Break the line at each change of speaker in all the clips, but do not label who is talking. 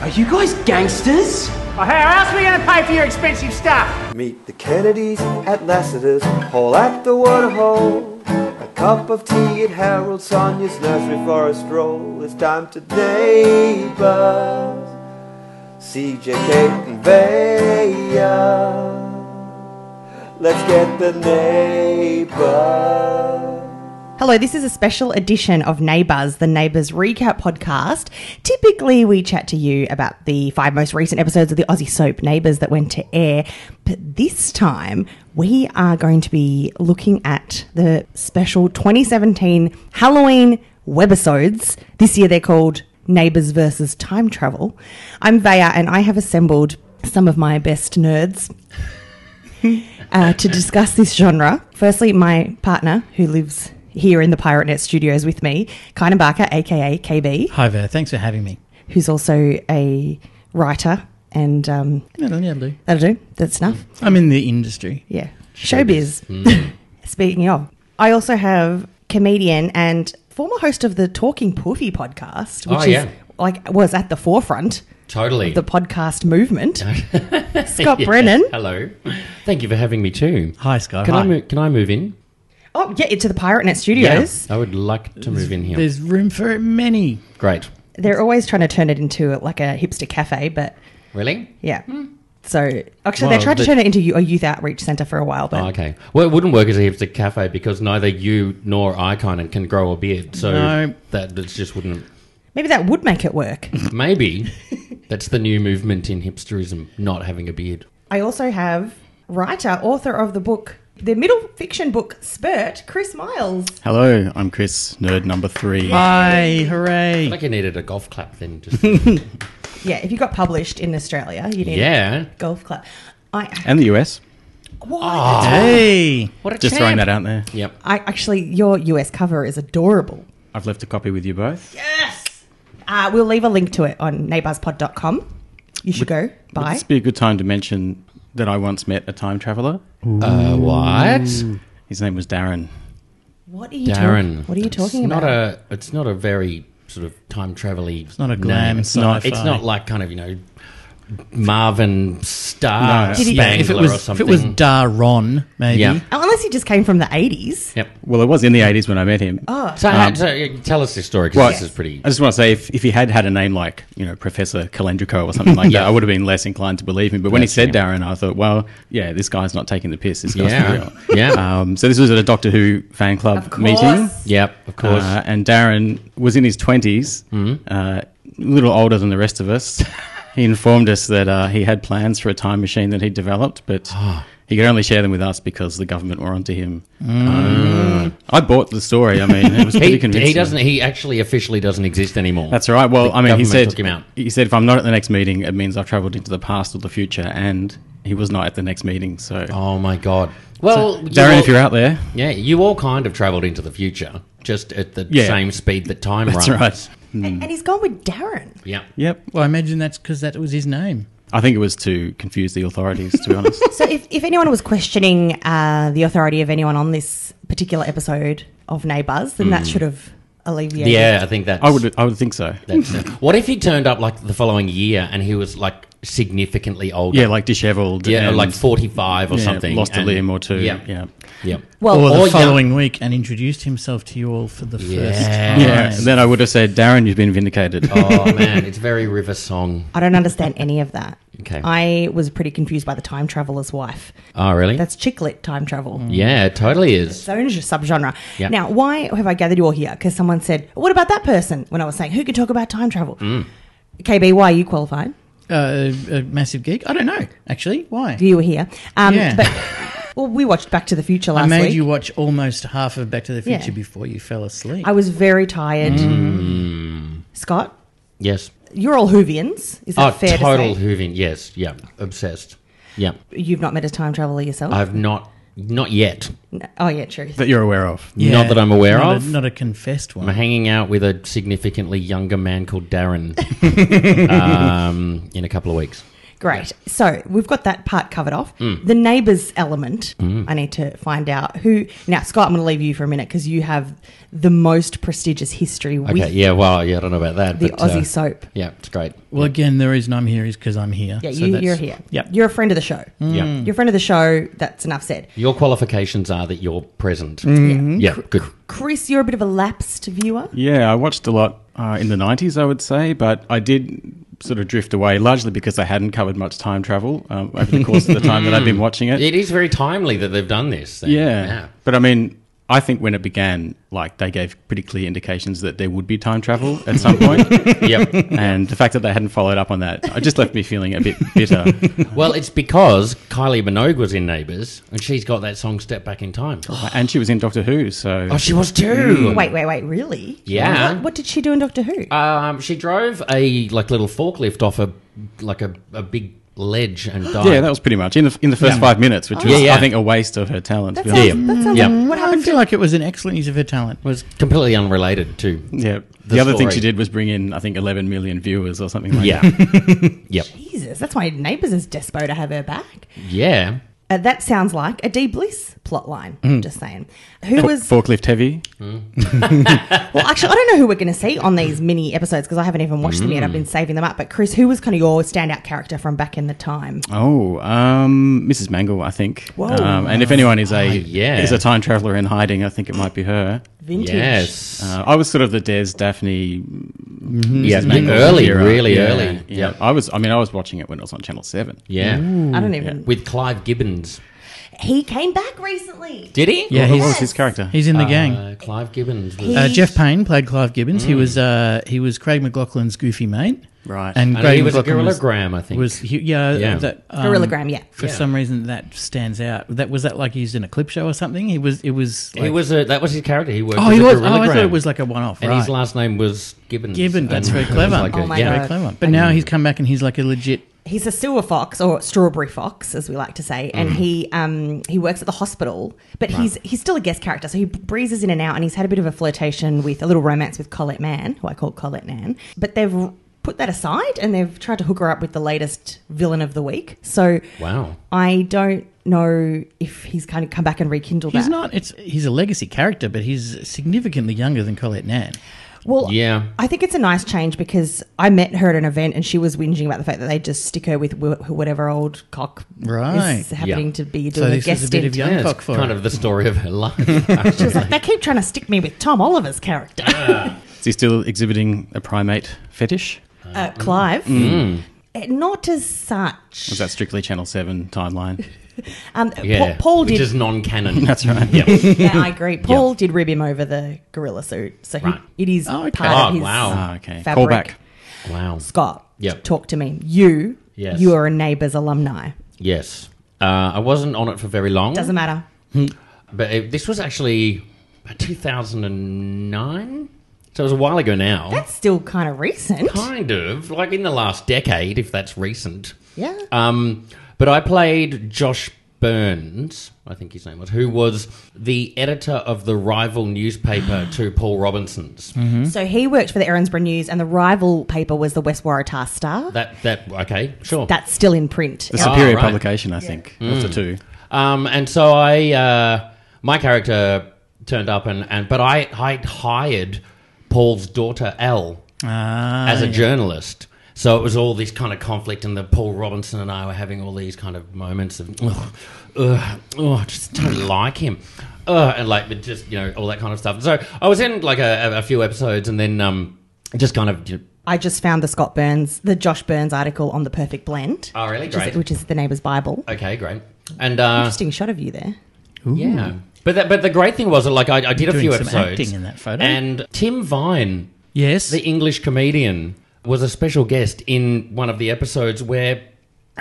Are you guys gangsters?
Oh, hey, how else are we gonna pay for your expensive stuff?
Meet the Kennedys at Lassiter's, Hall at the Waterhole. A cup of tea at Harold Sonia's nursery for a stroll. It's time to neighbors. CJ, Kate, and Vaya. Let's get the neighbors.
Hello, this is a special edition of Neighbours, the Neighbours Recap podcast. Typically, we chat to you about the five most recent episodes of the Aussie soap Neighbours that went to air, but this time we are going to be looking at the special 2017 Halloween webisodes. This year they're called Neighbours versus Time Travel. I'm Vaya and I have assembled some of my best nerds uh, to discuss this genre. Firstly, my partner who lives here in the Pirate Net studios with me, Kynan Barker, aka KB,
Hi there, thanks for having me.
who's also a writer and um,
Yeah, that'll- that'll do.
that'll do. That's enough.
I'm in the industry.
Yeah. Showbiz.
Hmm.
Speaking of, I also have comedian and former host of the Talking Poofy podcast, which
Oh,
is
yeah.
like was at the forefront
Totally.
of the podcast movement. Scott
Yeah.
Brennan.
Hello. Thank you for having me too.
Hi, Scott.
Can
Hi.
I mo- can I move in?
Oh, yeah, into the Pirate Net Studios.
I would like to move in here.
There's room for many.
Great.
They're always trying to turn it into like a hipster cafe, but
Really?
yeah. So actually,
Well,
they tried to
the-
turn it into a youth outreach centre for a while, but
Oh, okay. Well, it wouldn't work as a hipster cafe because neither you nor I kind of can grow a beard, so
No.
that that just wouldn't.
maybe that would make it work.
Maybe that's the new movement in hipsterism, not having a beard.
I also have writer, author of the book, the middle fiction book Spurt, Chris Miles.
Hello, I'm Chris, nerd number three.
Hi, hooray.
Like I needed a golf clap then. Just
Yeah, if you got published in Australia, you need
yeah.
a golf club. I,
And the US.
why?
Hey.
What a
Just throwing that out there.
Yep.
I actually, your US cover is adorable.
I've left a copy with you both.
Uh, we'll leave a link to it on neighbourspod.com. You should go
Would
buy.
this be a good time to mention that I once met a time traveler.
Uh, what?
His name was Darren.
What are you
Darren.
talking? What are you
it's
talking
not
about?
A, it's not a very sort of time travel It's
not a glam
It's not. It's
sci-fi.
not like kind of you know Marvin Star
No.
Did he-
Spangler
If it was,
or
if it
something.
was Daron, maybe.
Yeah.
Unless he just came from the eighties.
yep.
Well, it was in the 80s when I met him.
So, uh,
Um,
so, uh, tell us this story because
Well,
this is pretty.
I just want to say, if, if he had had a name like, you know, Professor Kalendrico or something like that, I would have been less inclined to believe him. But when he said Darren, I thought, well, yeah, this guy's not taking the piss. This guy's
Yeah.
for real.
Yeah. Uh,
Um, so this was at a Doctor Who fan club meeting.
Yep. Of course. Hmm.
Uh, and Darren was in his 20s, uh, a little older than the rest of us. he informed us that uh, he had plans for a time machine that he developed, but
Ah.
he could only share them with us because the government were onto him. Um, I bought the story. I mean, it was pretty
Hmm. he,
convincing.
he doesn't. He actually officially doesn't exist anymore.
That's all right. Well, I mean, he
government
said
took him out.
he said if I'm not at the next meeting, it means I've travelled into the past or the future, and he was not at the next meeting. So,
Oh my god. Well, you
Darren,
all-
if you're out there,
yeah, you all kind of travelled into the future, just at the
Yeah.
same speed that time
that's
runs.
right.
Hmm.
And, and he's gone with Darren.
Yeah.
Yep.
Well, I imagine that's because that was his name.
I think it was to confuse the authorities. To be honest.
So if, if anyone was questioning uh, the authority of anyone on this particular episode of Neighbours, then
Hmm.
that should have alleviated.
Yeah, I think that's.
I would, I would think so.
That's it. What if he turned up like the following year and he was like significantly older?
Yeah, like dishevelled.
yeah,
and-
like forty five or
yeah,
something.
Lost a
and-
limb or two.
Yeah, yeah, yeah.
yeah.
Well,
Or the
Or young-
following week and introduced himself to you all for the first
Yeah.
time.
Yeah, Then I would have said, Darren, you've been vindicated.
Oh man, it's very river song.
I don't understand any of that.
Okay.
I was pretty confused by the time traveler's wife.
Oh really?
That's chiclet time travel.
Hmm.
yeah, it totally is.
Its own j- subgenre.
Yeah.
Now, why have I gathered you all here? Because someone said, "What about that person?" When I was saying, "Who could talk about time travel?"
Hmm.
KB, why are you qualified?
Uh, a massive geek? I don't know, actually. Why?
You were here, um,
Yeah.
but well, we watched Back to the Future last
I made
week.
you watch almost half of Back to the
Yeah.
Future before you fell asleep.
I was very tired. Scott,
Yes.
you're all Hoovians. Is
Mm. Oh,
that fair
total
to say?
hooving. Yes. Yeah. Obsessed. Yeah.
You've not met a time traveler yourself.
I've not, not yet.
No. Oh yeah, true.
that you're aware of.
Yeah.
Not that I'm aware
Not a-
of.
not a confessed one.
I'm hanging out with a significantly younger man called Darren um, in a couple of weeks.
Great. So we've got that part covered off.
Mm.
The neighbours element, I need to find out who. Now, Scott, I'm going to leave you for a minute because you have the most prestigious history
Okay,
with
yeah, well, yeah, I don't know about that.
the
but, uh,
Aussie soap.
Yeah, it's great.
Well, again, the reason I'm here is because I'm here.
Yeah,
So
you,
that's-
you're here.
Yep.
You're a friend of the show.
Yeah.
You're a friend of the show. That's enough said.
Your qualifications are that you're present.
Mm-hmm.
Yeah, good.
Chris, you're a bit of a lapsed viewer.
Yeah, I watched a lot uh, in the 90s, I would say, but I did sort of drift away largely because I hadn't covered much time travel um, over the course of the time that I've been watching it.
It is very timely that they've done this. then.
Yeah. But I mean, I think when it began, like they gave pretty clear indications that there would be time travel at some point.
Yeah. Yep.
and the fact that they hadn't followed up on that, it just left me feeling a bit bitter.
Well, it's because Kylie Minogue was in Neighbours, and she's got that song "Step Back in Time."
and she was in Doctor Who, so.
Oh, she was too.
Wait, wait, wait. Really?
Yeah.
What, what did she do in Doctor Who?
um, she drove a like little forklift off a like a, a big ledge and died.
yeah, that was pretty much in the, in the first
Yeah.
five minutes, which was,
Yeah, yeah.
I think, a waste of her talent. to
that sounds.
be honest.
yeah.
That sounds
Yeah.
like- what
I
happened
feel
to
like it was an excellent use of her talent. Was
completely unrelated to.
Yeah. The,
The
other thing
story.
she did was bring in, I think, 11 million viewers or something like that.
Yeah, yep,
Jesus? That's why Neighbours is despo to have her back.
yeah.
Uh, that sounds like a D Bliss plotline.
Mm.
Just saying. Who was?
Forklift heavy.
Well, actually, I don't know who we're going to see on these mini episodes because I haven't even watched them
Mm.
yet. I've been saving them up. But Chris, who was kind of your standout character from back in the time?
Uh,
Oh, um, Mrs. Mangle, I think.
Whoa.
Um, and if anyone is a
Ah, yeah.
is a time traveler in hiding, I think it might be her.
Vintage.
Yes,
Uh, I was sort of the Des Daphne.
yeah.
Mrs. Mangle
Early,
era.
really
Yeah,
early.
Yeah.
Yeah,
I was. I mean, I was watching it when it was on Channel Seven.
Mm. yeah.
I don't even.
With Clive Gibbons,
He came back recently.
did he?
yeah,
What was
he's,
his character?
he's in the gang.
Uh, Clive Gibbons. Was,
He-
Uh, Jeff Payne played Clive Gibbons.
Mm.
He was uh, he was Craig McLaughlin's goofy mate.
Right.
And,
and
Craig
he was a
McLaughlin
Gorilla Graham, I think.
Was he, yeah,
Yeah.
That, um,
Gorillagram, yeah.
For
Yeah.
some reason, that stands out. That was that like used in a clip show or something. He was. It was. Like,
he was a, that was his character. He worked.
Oh,
as
he
a
was. Oh,
Gorilla
I thought
Graham.
it was like a one-off.
and
right.
his last name was Gibbons.
Gibbon. That's
And
very
it was
clever.
like a-
Oh my
yeah.
very
God.
clever. But now he's come back and he's like a legit.
He's a sewer fox or strawberry fox, as we like to say, and he um, he works at the hospital. But he's he's still a guest character, so he breezes in and out, and he's had a bit of a flirtation with a little romance with Colette Mann, who I call Colette Nan. But they've put that aside, and they've tried to hook her up with the latest villain of the week. So
Wow.
I don't know if he's kind of come back and rekindled
He's
that.
not. It's he's a legacy character, but he's significantly younger than Colette Nan.
Well,
Yeah.
I think it's a nice change because I met her at an event and she was whinging about the fact that they just stick her with wh- whatever old cock
Right.
is happening
Yeah.
to be
So
doing a
this
guest
is a bit
stint.
of young
Yeah,
cock
it's
for
kind
her.
of the story of her life.
She was like, they keep trying to stick me with Tom Oliver's character,
Is he still exhibiting a primate fetish?
uh,
Mm.
Clive. Eh, Not as such.
Was that strictly Channel Seven timeline?
Um, Pa-
yeah.
Paul
which
did.
is non-canon.
That's right.
Yeah.
yeah, I agree. Paul did rib him over the gorilla suit, so he,
Right.
it is
Oh, okay.
part
Oh,
of his
wow.
Ah, okay.
Fabric.
Callback.
wow.
Scott,
Yep.
talk to me. You,
Yes.
you are a neighbours alumni.
Yes. Uh, I wasn't on it for very long.
Doesn't matter.
But it, this was actually about 2009. So it was a while ago now.
That's still kind of recent.
kind of like in the last decade, if that's recent.
Yeah.
Um, but I played Josh Burns, I think his name was, who was the editor of the rival newspaper to Paul Robinson's.
So he worked for the Erinsborough News, and the rival paper was the West Waratah Star.
That that okay, sure.
That's still in print.
The superior
right.
publication, I think, of the two.
Um, and so I, uh, my character turned up, and, and but I I hired Paul's daughter Elle
Ah,
as a journalist. So it was all this kind of conflict, and the Paul Robinson and I were having all these kind of moments of, ugh, ugh, ugh, I just don't like him, ugh, and like but just you know all that kind of stuff. So I was in like a, a- a few episodes, and then um, just kind of. You know,
I just found the Scott Burns, the Josh Burns article on the Perfect Blend.
Oh, really?
Which
Great.
Is, which is the Neighbour's Bible.
okay, great, and uh,
Interesting shot of you there.
yeah. But the, but the great thing was that like I, I did a
Doing
few
some
episodes
acting in that photo.
and Tim Vine
yes.
the English comedian was a special guest in one of the episodes where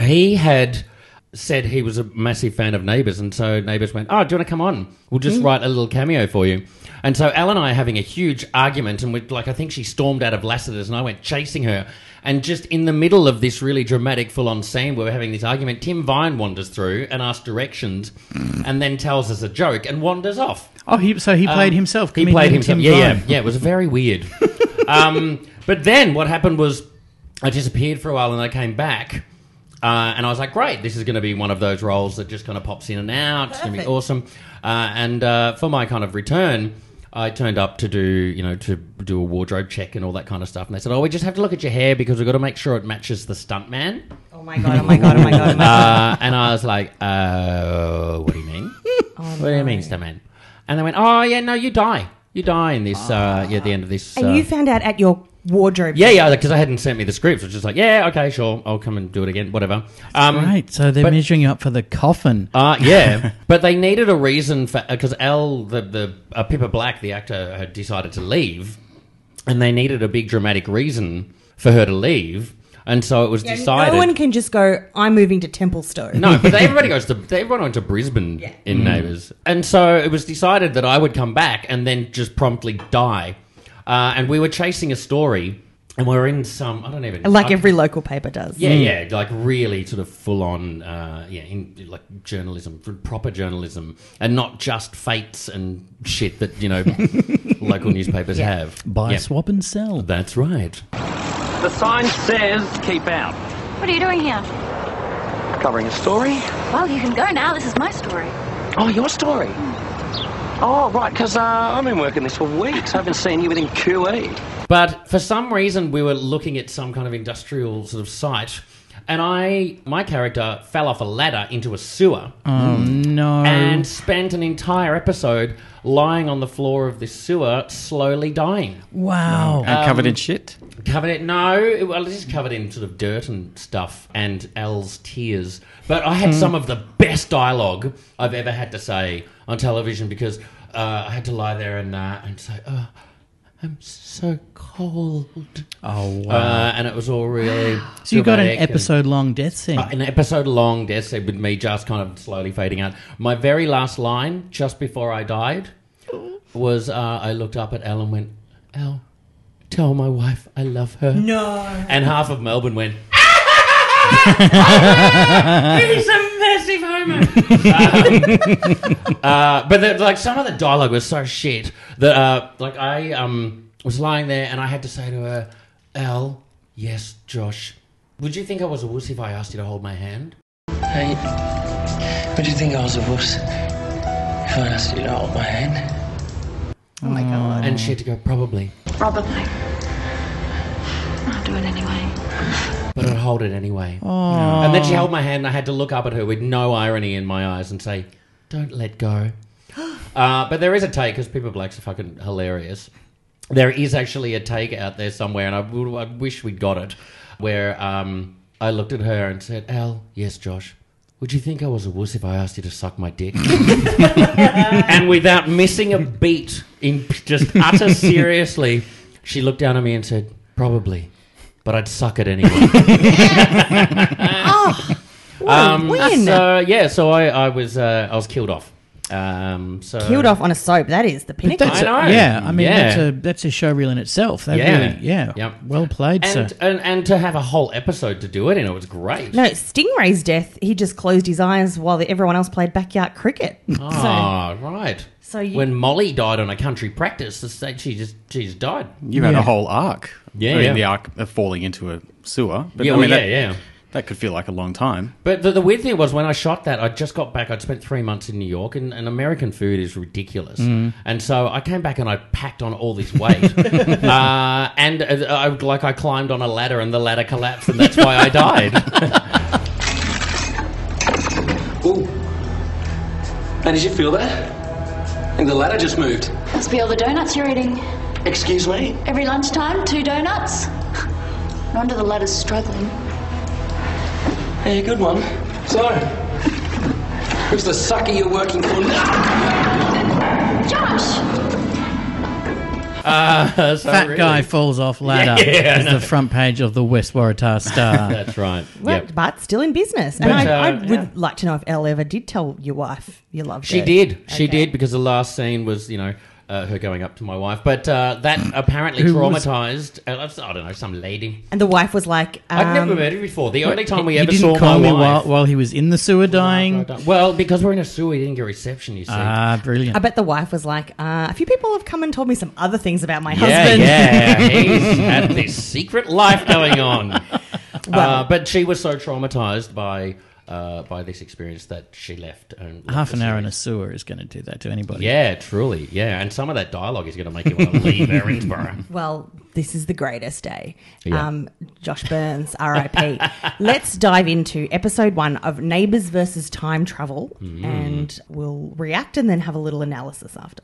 he had said he was a massive fan of Neighbours, and so Neighbours went, "Oh, do you want to come on? We'll just write a little cameo for you." And so Al and I are having a huge argument, and we like I think she stormed out of Lassiter's, and I went chasing her. And just in the middle of this really dramatic full on scene where we're having this argument, Tim Vine wanders through and asks directions and then tells us a joke and wanders off.
oh, he, so he played
Um,
himself.
He
comedian
played himself.
Tim
yeah, yeah,
Vine.
yeah. It was very weird. um, but then what happened was I disappeared for a while and I came back, Uh, and I was like, great, this is going to be one of those roles that just kind of pops in and out. It's going to be
Perfect.
awesome. Uh, and uh, for my kind of return, I turned up to do, you know, to do a wardrobe check and all that kind of stuff. And they said, oh, we just have to look at your hair because we've got to make sure it matches the stuntman.
Oh my god! Oh my god! Oh my god! Oh my god.
Uh, and I was like, uh, what do you mean?
Oh,
what do you mean, stuntman? And they went, oh, yeah, no, you die. You die in this, uh, yeah, at the end of this. uh,
Ah. and you found out at your wardrobe.
yeah, yeah, because I hadn't sent me the script. I was just like, yeah, okay, sure, I'll come and do it again, whatever. Um,
Right, so they're
but-
measuring you up for the coffin.
Uh, yeah, but they needed a reason for because Al, the the uh, Pippa Black, the actor, had decided to leave, and they needed a big dramatic reason for her to leave, and so it was
Yeah,
decided.
No one can just go. I'm moving to Templestowe.
No, but everybody goes to everyone went to Brisbane
Mm.
in Neighbours, and so it was decided that I would come back and then just promptly die. Uh, and we were chasing a story, and we were in some I don't even
like
I-
every Mm. local paper does.
yeah, yeah, like really sort of full on, uh, yeah, in, like journalism, pr- proper journalism, and not just fates and shit that you know local newspapers have.
Buy,
Yeah.
swap, and sell.
That's right.
The sign says keep out.
What are you doing here?
Covering a story?
Well, you can go now. This is my story.
Oh, your story. Oh, right, because uh, I've been working this for weeks. I haven't seen you within E. QE.
But for some reason, we were looking at some kind of industrial sort of site, and I, my character, fell off a ladder into a sewer.
Oh, no.
And spent an entire episode lying on the floor of this sewer, slowly dying.
wow.
And covered in shit.
Covered it? No, it, well, it's just covered in sort of dirt and stuff, and Al's tears. But I
Hmm.
had some of the best dialogue I've ever had to say on television because uh, I had to lie there and uh, and say, "Oh, I'm so cold,"
oh, wow.
uh, and it was all really.
so you got an
dramatic and-
episode long death scene.
uh, an episode long death scene with me just kind of slowly fading out. My very last line, just before I died, was uh, I looked up at Elle and went, "Elle, tell my wife I love her." No. And half of Melbourne went. He's a massive homo. Um, uh, but the, like some of the dialogue was so shit that uh, like I um, was lying there and I had to say to her, "Elle, yes, Josh, would you think I was a wuss if I asked you to hold my hand?
Hey, would you think I was a wuss if I asked you to hold my hand?
Oh my god.
Mm. And she had to go, probably.
Probably. I'll do it anyway.
But I'd hold it anyway. And then she held my hand and I had to look up at her with no irony in my eyes and say, don't let go. Uh, but there is a take because people blacks are fucking hilarious. There is actually a take out there somewhere, and I, would, I wish we'd got it, where um, I looked at her and said, "Al, yes, Josh, would you think I was a wuss if I asked you to suck my dick?" and without missing a beat, in p- just utter seriously, she looked down at me and said, "Probably, but I'd suck it anyway." um,
win.
So yeah, so I, I was uh, I was killed off. Um, so
Killed off on a soap. That is the
But
pinnacle.
that's
I know.
A, yeah, I mean
Yeah.
that's a that's a showreel in itself. That
Yeah.
really, yeah,
Yep.
well played,
and,
sir.
and and to have a whole episode to do it in, it was great.
No, Stingray's death. He just closed his eyes while everyone else played backyard cricket. So
Ah, right.
So you-
when Molly died on a country practice, the state- she just she just died.
You had
Yeah.
a whole arc.
Yeah,
I mean,
yeah.
the arc of falling into a sewer. But
Yeah,
I
well,
mean,
yeah,
that,
yeah.
That could feel like a long time.
But the, the weird thing was when I shot that, I just got back. I'd spent three months in New York, and, and American food is ridiculous.
Mm.
And so I came back and I packed on all this weight, uh, and uh, I like I climbed on a ladder, and the ladder collapsed, and that's why I died.
Ooh. Hey, did you feel that? I think the ladder just moved.
Must be all the donuts you're eating.
Excuse me?
Every lunchtime, two donuts. No wonder the ladder's struggling.
Hey, good one. So, who's the sucker you're working for now?
Josh!
So
Fat
really-
guy falls off ladder.
Yeah,
is the front page of the West Waratah Star.
That's right.
Well,
Yep.
but still in business. And
But,
I, I
uh,
would
yeah.
like to know if Elle ever did tell your wife you loved
She
her.
did. She
Okay.
did because the last scene was, you know, uh, her going up to my wife. But uh, that apparently
Who was-
traumatized. uh, I don't know, some lady.
And the wife was like, um,
I've never met her before. The only time we
he
ever
didn't
saw
call
my
me while,
wife.
while he was in the sewer
"Oh,
dying.
Well, because we're in a sewer, we didn't get reception. You see.
Ah, brilliant.
I bet the wife was like, uh, a few people have come and told me some other things about my
yeah,
husband.
yeah. He's had this secret life going on. uh, but she was so traumatized by uh, by this experience that she left. And left
Half
the
an hour in a
series.
sewer is going to do that to anybody.
Yeah, truly. Yeah, and some of that dialogue is going to make you want to leave Erinsborough.
Well, this is the greatest day.
Yeah.
Um, Josh Burns, RIP. Let's dive into episode one of Neighbours versus Time Travel,
Mm.
and we'll react and then have a little analysis after.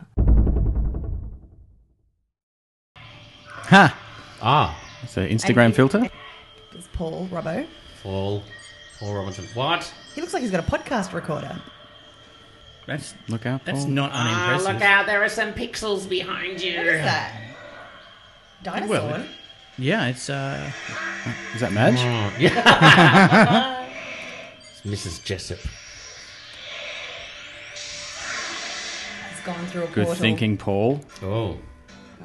Ha!
ah,
It's an Instagram filter.
There's Paul Robbo.
Paul, Paul Robinson. What?
He looks like he's got a podcast recorder.
That's, look out.
That's
Paul.
not unimpressive.
Oh. Ah, out! There are some pixels behind you.
What is that? Dinosaur.
Well, Yeah, it's uh,
Is that Madge?
It's Mrs. Jessup.
He's gone through a
Good
portal.
thinking, Paul.
Oh.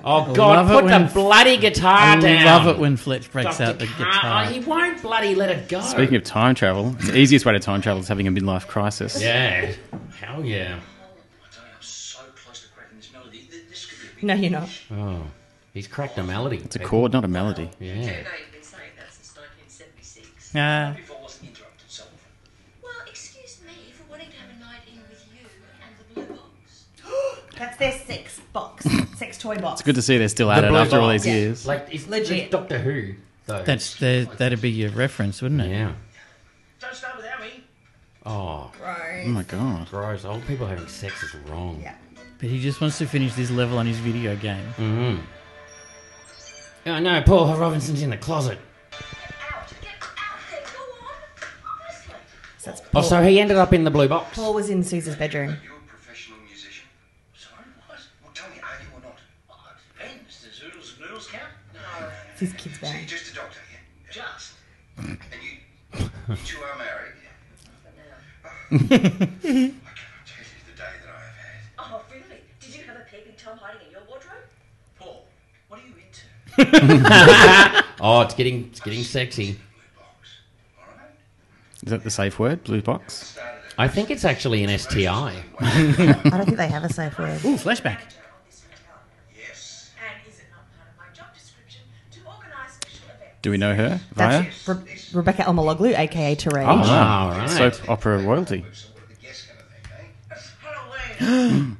Oh
love
God!
it
Put
when-
the bloody guitar
I
down.
love it when Fletch breaks
Dr.
out the
Car-
guitar.
Oh, he won't bloody let it go.
Speaking of time travel, the easiest way to time travel is having a midlife crisis.
yeah, hell yeah.
So close to cracking this melody. This could be a
No, you're not.
Oh, he's cracked a melody.
It's a chord, not a melody.
Yeah.
you've been saying that since 1976.
Ah,
if I wasn't interrupted so often.
Well, excuse me for wanting to have a night in with you and the Blue Box.
That's their sex box, sex toy box.
Good to see they're still at
The
it
blue
after all
box.
these years.
Like it's
Legit.
it's Doctor Who though.
that's the, that'd be your reference, wouldn't it?
yeah.
Don't start without me.
Oh,
Oh my god.
gross! Old people having sex is wrong.
Yeah.
But he just wants to finish this level on his video game.
Mm. Oh no, Paul Robinson's in the closet.
Get out! Get out there! Go on! Honestly!
So that's
Oh,
Paul.
so he ended up in the blue box.
Paul was in Susie's bedroom.
You're a professional musician. Sorry, what? Well, tell me, are you or not? Oh, it depends. Does Oodles and Noodles count? No.
It's his kid's
So you're
band.
just a doctor, yeah? Just. and you, you two are married? Yeah. I cannot tell you the day that I have had.
Oh, really? Did you have a peeping Tom hiding in your wardrobe?
Paul, what are you into?
Oh, it's getting it's getting sexy.
Blue box. All right?
Is that the safe word? Blue box?
Started at
I think it's actually an STI.
I don't think they have a safe word.
Ooh, flashback.
Of this hotel.
yes.
And is it not part of my job description to organise special events?
Do we know her? Via?
That's Re- Rebecca Elmaloglu, aka Therese.
Oh,
All
Ah,
right.
Soap opera royalty.
So what are the guests going to think, eh?
Halloween!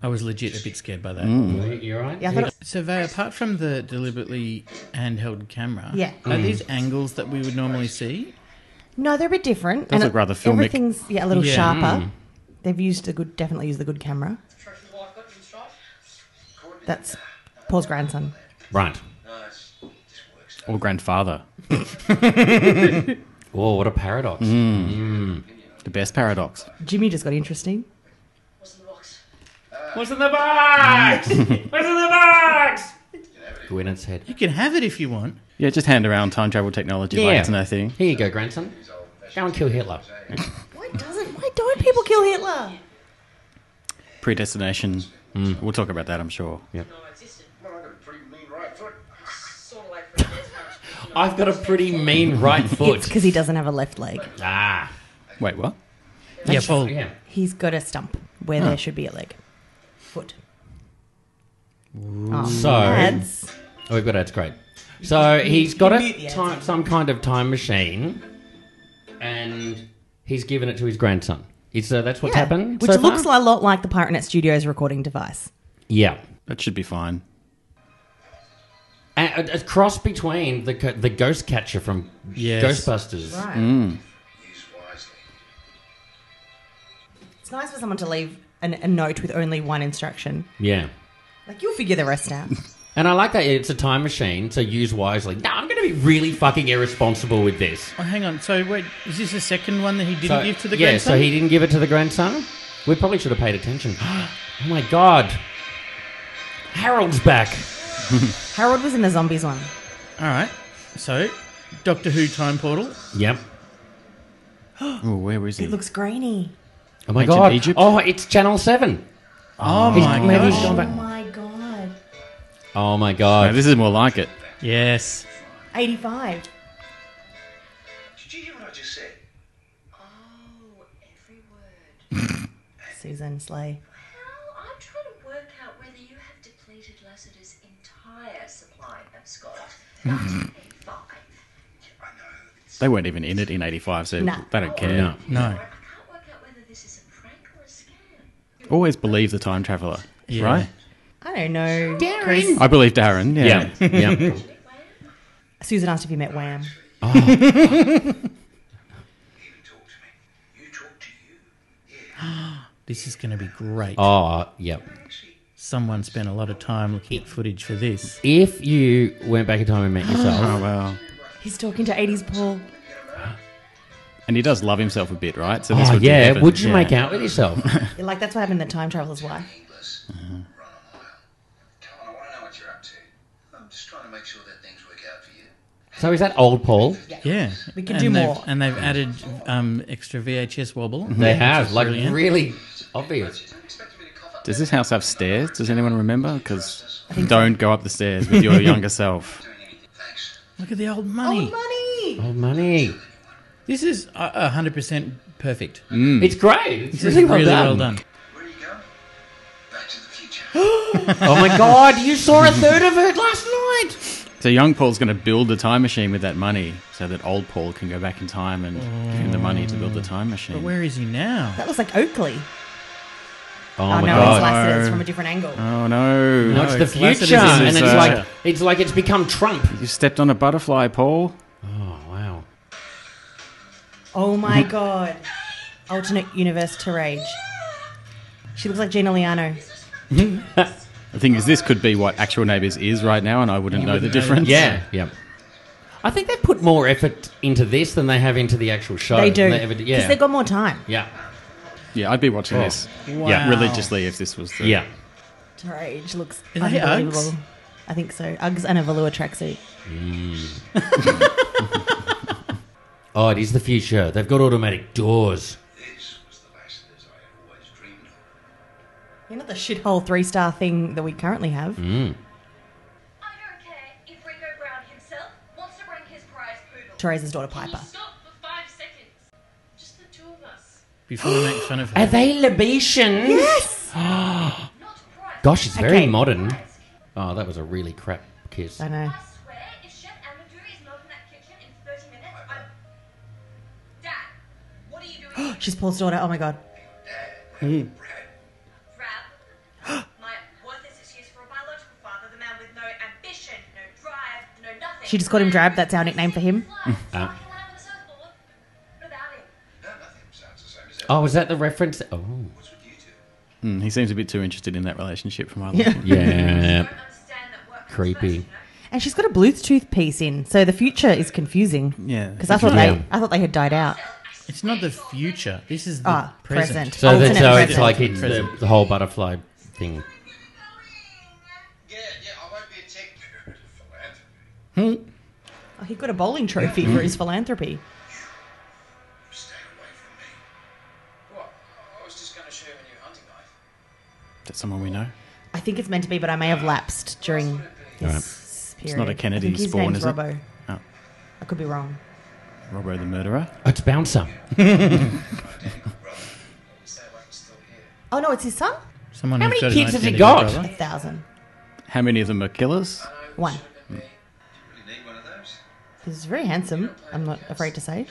I was legit a bit scared by that.
Mm. You're right.
Yeah, I thought it-
So, Vay, apart from the deliberately handheld camera,
Yeah.
Mm.
are these angles that we would normally see?
no, they're a bit different.
Those
and
look rather filmic.
Everything's yeah, a little
Yeah.
sharper. They've used a good, definitely used the good camera.
Trophy wife got you stripes?
That's Paul's grandson.
Right.
No, it's, this works.
Or grandfather.
Oh, what a paradox.
Mm.
The best paradox.
Jimmy just got interesting.
What's in the box?
What's in the box? What's in the box? Gwyneth's head.
You can have it if you want.
Yeah, just hand around time travel technology like it's no thing.
Here you go, grandson. Go and kill Hitler.
Why doesn't? Why don't people kill Hitler?
Predestination.
Mm.
We'll talk about that, I'm sure.
Non-existent.
Well, I got a pretty mean right foot.
Sort of like from this house.
I've got a pretty mean right foot.
Because he doesn't have a left leg.
ah.
Wait, what?
Yeah, Paul.
Yeah.
He's got a stump where there should be a leg, foot. Oh,
So-
that's-
Oh, we've got it. It's great. So he's got
mute the
a
ads.
time, some kind of time machine, and he's given it to his grandson. Is uh, that's what's
yeah,
happened?
Which
so
looks
far?
a lot like the Pirate Net Studios recording device.
yeah.
That should be fine.
A, a, a cross between the co- the ghost catcher from
Yes.
Ghostbusters.
Use wisely.
It's nice for someone to leave an, a note with only one instruction.
Yeah.
Like you'll figure the rest out.
And I like that it's a time machine, so use wisely. No, I'm going to be really fucking irresponsible with this.
Oh, hang on. So, wait, is this the second one that he didn't
So-
give to the
yeah,
grandson?
so he didn't give it to the grandson. We probably should have paid attention. oh my god, Harold's back.
Harold was in the zombies one.
All right. So, Doctor Who time portal.
Yep.
Oh, where is he?
It looks grainy.
Oh my
Ancient
god.
Egypt?
Oh, it's Channel Seven.
Oh, my
maybe
gosh.
he's gone back.
my god.
Oh my
No,
god.
this is more like it.
Yes.
85.
Did you hear what I just said?
Oh, every word.
Susan Slay.
Hal, I'm trying to work out whether you have depleted Lassiter's entire supply of Scott. Not a five.
I
They weren't even in it in '85, so
No.
they don't care.
No.
No.
I can't work out whether this is a prank or a scam.
Always believe the time traveler,
Yeah.
right?
I don't know. Darren.
I believe Darren.
Yeah.
Yeah.
yeah.
Susan asked if you met Wham.
Even talk to me. You talk to you.
This is going to be great.
Oh, yeah.
Someone spent a lot of time looking at footage for this.
If you went back in time and met
Oh
yourself,
wow.
He's talking to 80s Paul.
And he does love himself a bit, right? So
oh,
would be
yeah,
heaven.
would you
Yeah.
make out with yourself?
Like, that's what happened to the time traveler's wife.
Needless. Run a mile. Come on, I want to know what you're up to. I'm just trying to make sure that things work out for you.
so is that old Paul?
Yeah.
We could
and
do
they've-
more.
And they've added um, extra VHS wobble.
They have, like,
Brilliant.
really obvious.
You don't expect me to cough up.
Does this house have stairs? Does anyone remember? Because don't go up the stairs with your younger self.
doing anything. Thanks.
Look at the old money.
Oh, Money!
Old Oh, money.
This is uh, 100% perfect.
It's great. It's
This is
really, well, done.
Where are you going? Back to the future.
Oh my god, you saw a third of it last night.
So young Paul's going to build a time machine with that money, so that old Paul can go back in time and give him the money to build the time
But
machine.
where is he now?
That was like Oakley.
Oh,
Oh,
my
no,
god.
it's Lassiter. It's from a different angle.
oh no!
No, it's the
Lassiter's
future,
is
and it's
his, uh,
like it's like it's become Trump.
you stepped on a butterfly, Paul.
Oh wow!
Oh my
Mm-hmm.
god. Alternate universe to rage. She looks like Gina Liano.
The thing is, this could be what actual neighbours is right now, and I wouldn't know the
wouldn't know the
difference.
Yeah, yeah. I think they put more effort into this than they have into the actual show.
They do.
than ever
Because
did. yeah,
they've got more time
yeah,
yeah, I'd be watching this
Wow.
religiously if this was the
yeah.
to rage. Looks
Is that
unbelievable.
Uggs?
I think so. Uggs and a velour tracksuit.
Oh, it is the future. They've got automatic doors.
This was the Lassiter's I had always dreamed of.
You know the shithole three star thing that we currently have.
Hmm?
I don't care if Rico Brown himself wants to bring his prize poodle.
Teresa's daughter Piper.
Stop for five seconds. Just the two of us.
Before we make fun of
Are
her.
they Libatians?
Yes!
Not prize.
Gosh, it's very
Okay.
modern. Oh, that was a really crap kiss.
I know.
I swear, if Chef Amadou is not in that kitchen in 30 minutes, I'm... Dad, what are you doing?
She's Paul's daughter. Oh my god.
Rab, my worthless excuse for a biological father, the man with no ambition, no drive, no nothing.
She just called him Drab, that's our nickname for him.
Ah.
No, nothing sounds the same as ever.
Oh, is that the reference? Oh,
What's with you two?
Mm, he seems a bit too interested in that relationship for my liking.
yeah. Creepy.
And she's got a Bluetooth piece in, so the future is confusing.
Yeah.
Because I thought
Yeah.
they, I thought they had died out.
It's not the future. This is the
Ah, present.
present.
So, that,
Alternate
so it's
present.
like it's the, the whole butterfly thing.
Yeah, yeah, I won't be a tech nerd. Philanthropy.
Oh, he got a bowling trophy for
Mm-hmm.
his philanthropy.
You stay away from me. What? I was just going to show him a new hunting knife.
That's someone we know.
I think it's meant to be, but I may have lapsed during this period.
not a Kennedy
I think his
spawn,
name's
is it?
Robbo.
Oh.
I could be wrong.
Robbo the murderer.
Oh, it's Bouncer.
Brother, you say I wasn't still here.
Oh no, it's his son.
Someone
How
who's
many
got an
kids has he
identity
got?
problem.
A thousand.
How many of them are killers?
One.
Do you really need one of those?
He's very handsome. I'm not afraid to say.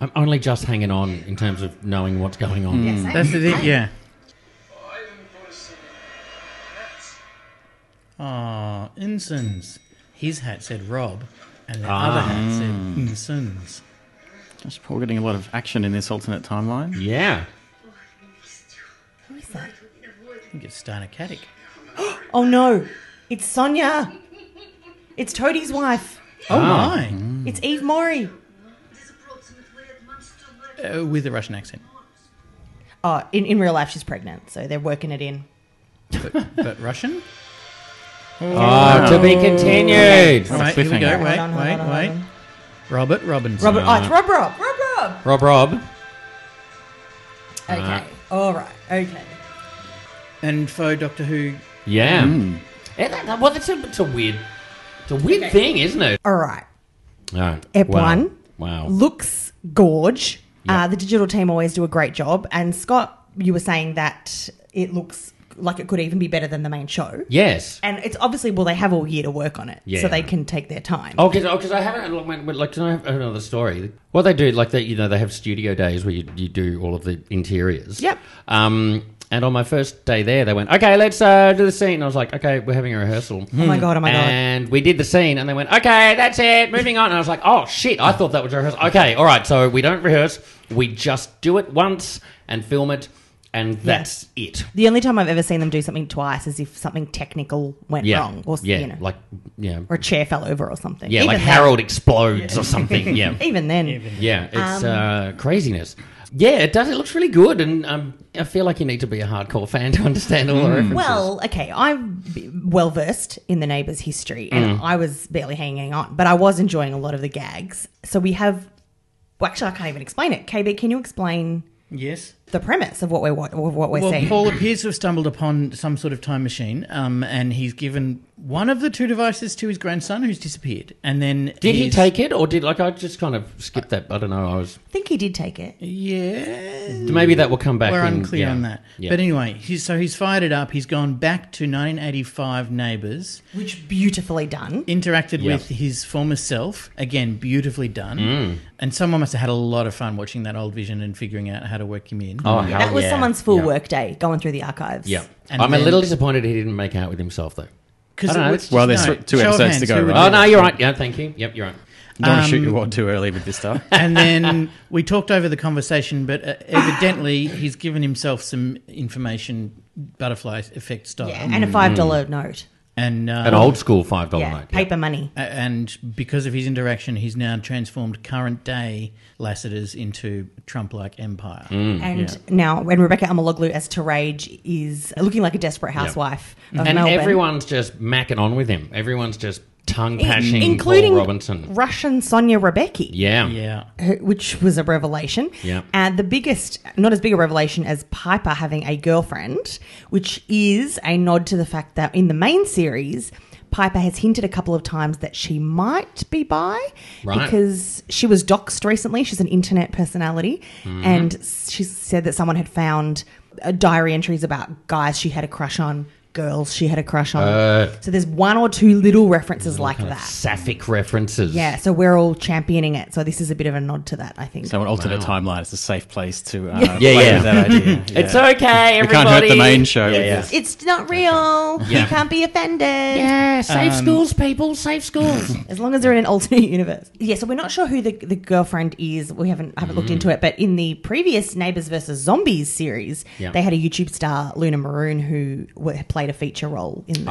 I'm only just hanging on in terms of knowing what's going on.
That's the thing, yeah.
I even brought us some hats.
Ah, Insons. His hat said Rob, and the other hat said Insons.
Just Paul getting a lot of action in this alternate timeline.
Yeah.
Who is that?
I think it's Stana Katic.
Oh no, it's Sonia. It's Toadie's wife.
Oh, my.
It's Eve Mori.
Uh, with a Russian accent.
Oh, in, in real life, she's pregnant, so they're working it in.
But Russian?
Oh, to be continued.
Oh,
Wait, here we
cliffhanger.
go. Wait,
Hold on, hold
wait,
on, hold
wait.
on.
Robert Robinson.
Robert, oh, it's Rob Rob. Rob Rob.
Rob, Rob.
Okay. All right. Okay.
And for Doctor Who,
Yeah. Yeah, that- that- well, it's a, it's a weird, it's a weird thing, isn't it?
All right.
Oh,
Ep
wow.
one.
Wow.
looks gorge. Uh, the digital team always do a great job. And Scott, you were saying that it looks like it could even be better than the main show.
Yes.
And it's obviously well they have all year to work on it,
Yeah.
so they can take their time.
Oh, because I haven't like, my- like 'cause I have another story. What they do, like they, you know, they have studio days where you, you do all of the interiors.
Yep.
Um, and on my first day there, they went, "Okay, let's uh, do the scene." And I was like, "Okay, we're having a rehearsal."
Oh my god! Oh my god!
mm. and we did the scene, and they went, "Okay, that's it, moving on." And I was like, "Oh shit, I thought that was a rehearsal." Okay, all right, so we don't rehearse; we just do it once and film it, and that's it.
The only time I've ever seen them do something twice is if something technical went
Yeah,
wrong, or s-
yeah,
you know,
like yeah,
or a chair fell over or something.
yeah,
even
like
then,
Harold explodes or something. Yeah,
Even then,
yeah, it's uh, craziness. Yeah, it does. It looks really good, and um, I feel like you need to be a hardcore fan to understand all the references.
Well, okay, I'm b- well versed in the neighbours' history, and
Mm.
I was barely hanging on, but I was enjoying a lot of the gags. So we have, well, actually, I can't even explain it. KB, can you explain
Yes.
the premise of what we're wa- of what we're
well,
seeing?
Paul appears to have stumbled upon some sort of time machine, um, and he's given one of the two devices to his grandson, who's disappeared. And then
did he
he's-
take it, or did like I just kind of skipped that? I don't know. I was
I think he did take it.
Yeah,
maybe that will come back.
we're
in-
unclear
yeah,
on that.
yeah.
But anyway, he's so he's fired it up. He's gone back to 1985 Neighbours,
Which beautifully done.
interacted
Yeah. Mm.
with his former self again, beautifully done. And someone must have had a lot of fun watching that old vision and figuring out how to work him in.
Oh, hell
That was
yeah.
someone's full
Yeah.
work day going through the archives.
Yeah.
And
I'm a
then-
little disappointed he didn't make out with himself, though. I
because
don't know.
Well, there's th- two episodes to go, right?
Oh, no, you're right. Yeah, thank you. Yep, you're right.
Don't wanna shoot your wad too early with this stuff.
and then we talked over the conversation, but uh, evidently he's given himself some information butterfly effect style,
Yeah, and a five
Mm.
dollar note.
and uh,
An old school $5
Yeah,
note. yeah.
paper money.
a- and because of his interaction, he's now transformed current day Lassiter's into Trump-like empire.
Mm. Mm-hmm.
And now, when Rebecca Amaloglu as Terage is looking like a desperate housewife of
And
Melbourne,
everyone's just macking on with him. Everyone's just tongue
in-
pashing
including
Paul Robinson.
Russian Sonia Rebecca.
Yeah.
Yeah,
who- which was a revelation.
Yeah.
And the biggest, not as big a revelation as Piper having a girlfriend, which is a nod to the fact that in the main series, Piper has hinted a couple of times that she might be bi
Right.
because she was doxxed recently. She's an internet personality. And s- she said that someone had found uh, diary entries about guys she had a crush on, girls she had a crush on. so there's one or two little references like that.
Sapphic references.
Yeah, so we're all championing it. So this is a bit of a nod to that, I think.
So an alternate timeline is a safe place to uh,
Yeah,
play
yeah.
with that idea. Yeah.
It's okay,
we
everybody.
can't hurt the main show. with
yeah.
this.
It's not real.
Yeah.
You can't be offended.
Yeah, safe
Um,
schools, people, safe schools.
As long as they're in an alternate universe. Yeah, so we're not sure who the, the girlfriend is. We haven't haven't looked
Mm.
into it, but in the previous Neighbours versus Zombies series,
Yeah.
they had a YouTube star, Luna Maroon, who w- played a feature role in the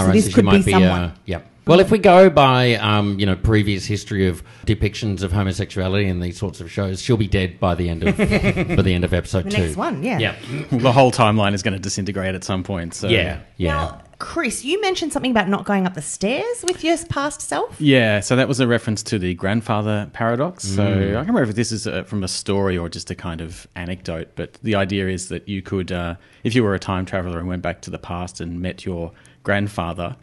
series. So
right.
this
so she
could
might
be, someone.
Uh, yeah. Well, if we go by um, you know previous history of depictions of homosexuality and these sorts of shows, she'll be dead by the end of by the end of episode
the
two.
next one, yeah.
Yeah.
Well, the whole timeline is going to disintegrate at some point. So
Yeah. Yeah.
Now, Chris, you mentioned something about not going up the stairs with your past self.
Yeah, so that was a reference to the grandfather paradox. So I can't remember if this is uh from a story or just a kind of anecdote, but the idea is that you could, uh, if you were a time traveler and went back to the past and met your grandfather,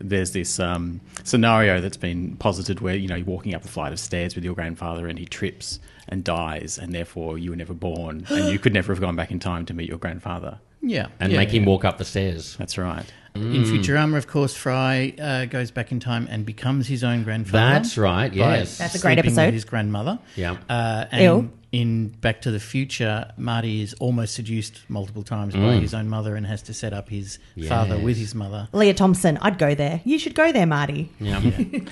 there's this um, scenario that's been posited where you know you're walking up a flight of stairs with your grandfather and he trips and dies, and therefore you were never born and you could never have gone back in time to meet your grandfather.
yeah,
and
yeah.
make him walk up the stairs.
That's right.
Mm.
In Futurama, of course, Fry uh, goes back in time and becomes his own grandfather.
That's right.
by
Yes.
That's a great
sleeping with
episode.
His grandmother.
Yeah.
Uh, and
Ew.
in Back to the Future, Marty is almost seduced multiple times by
Mm.
his own mother and has to set up his father with his mother.
Leah Thompson, I'd go there. You should go there, Marty.
Yeah.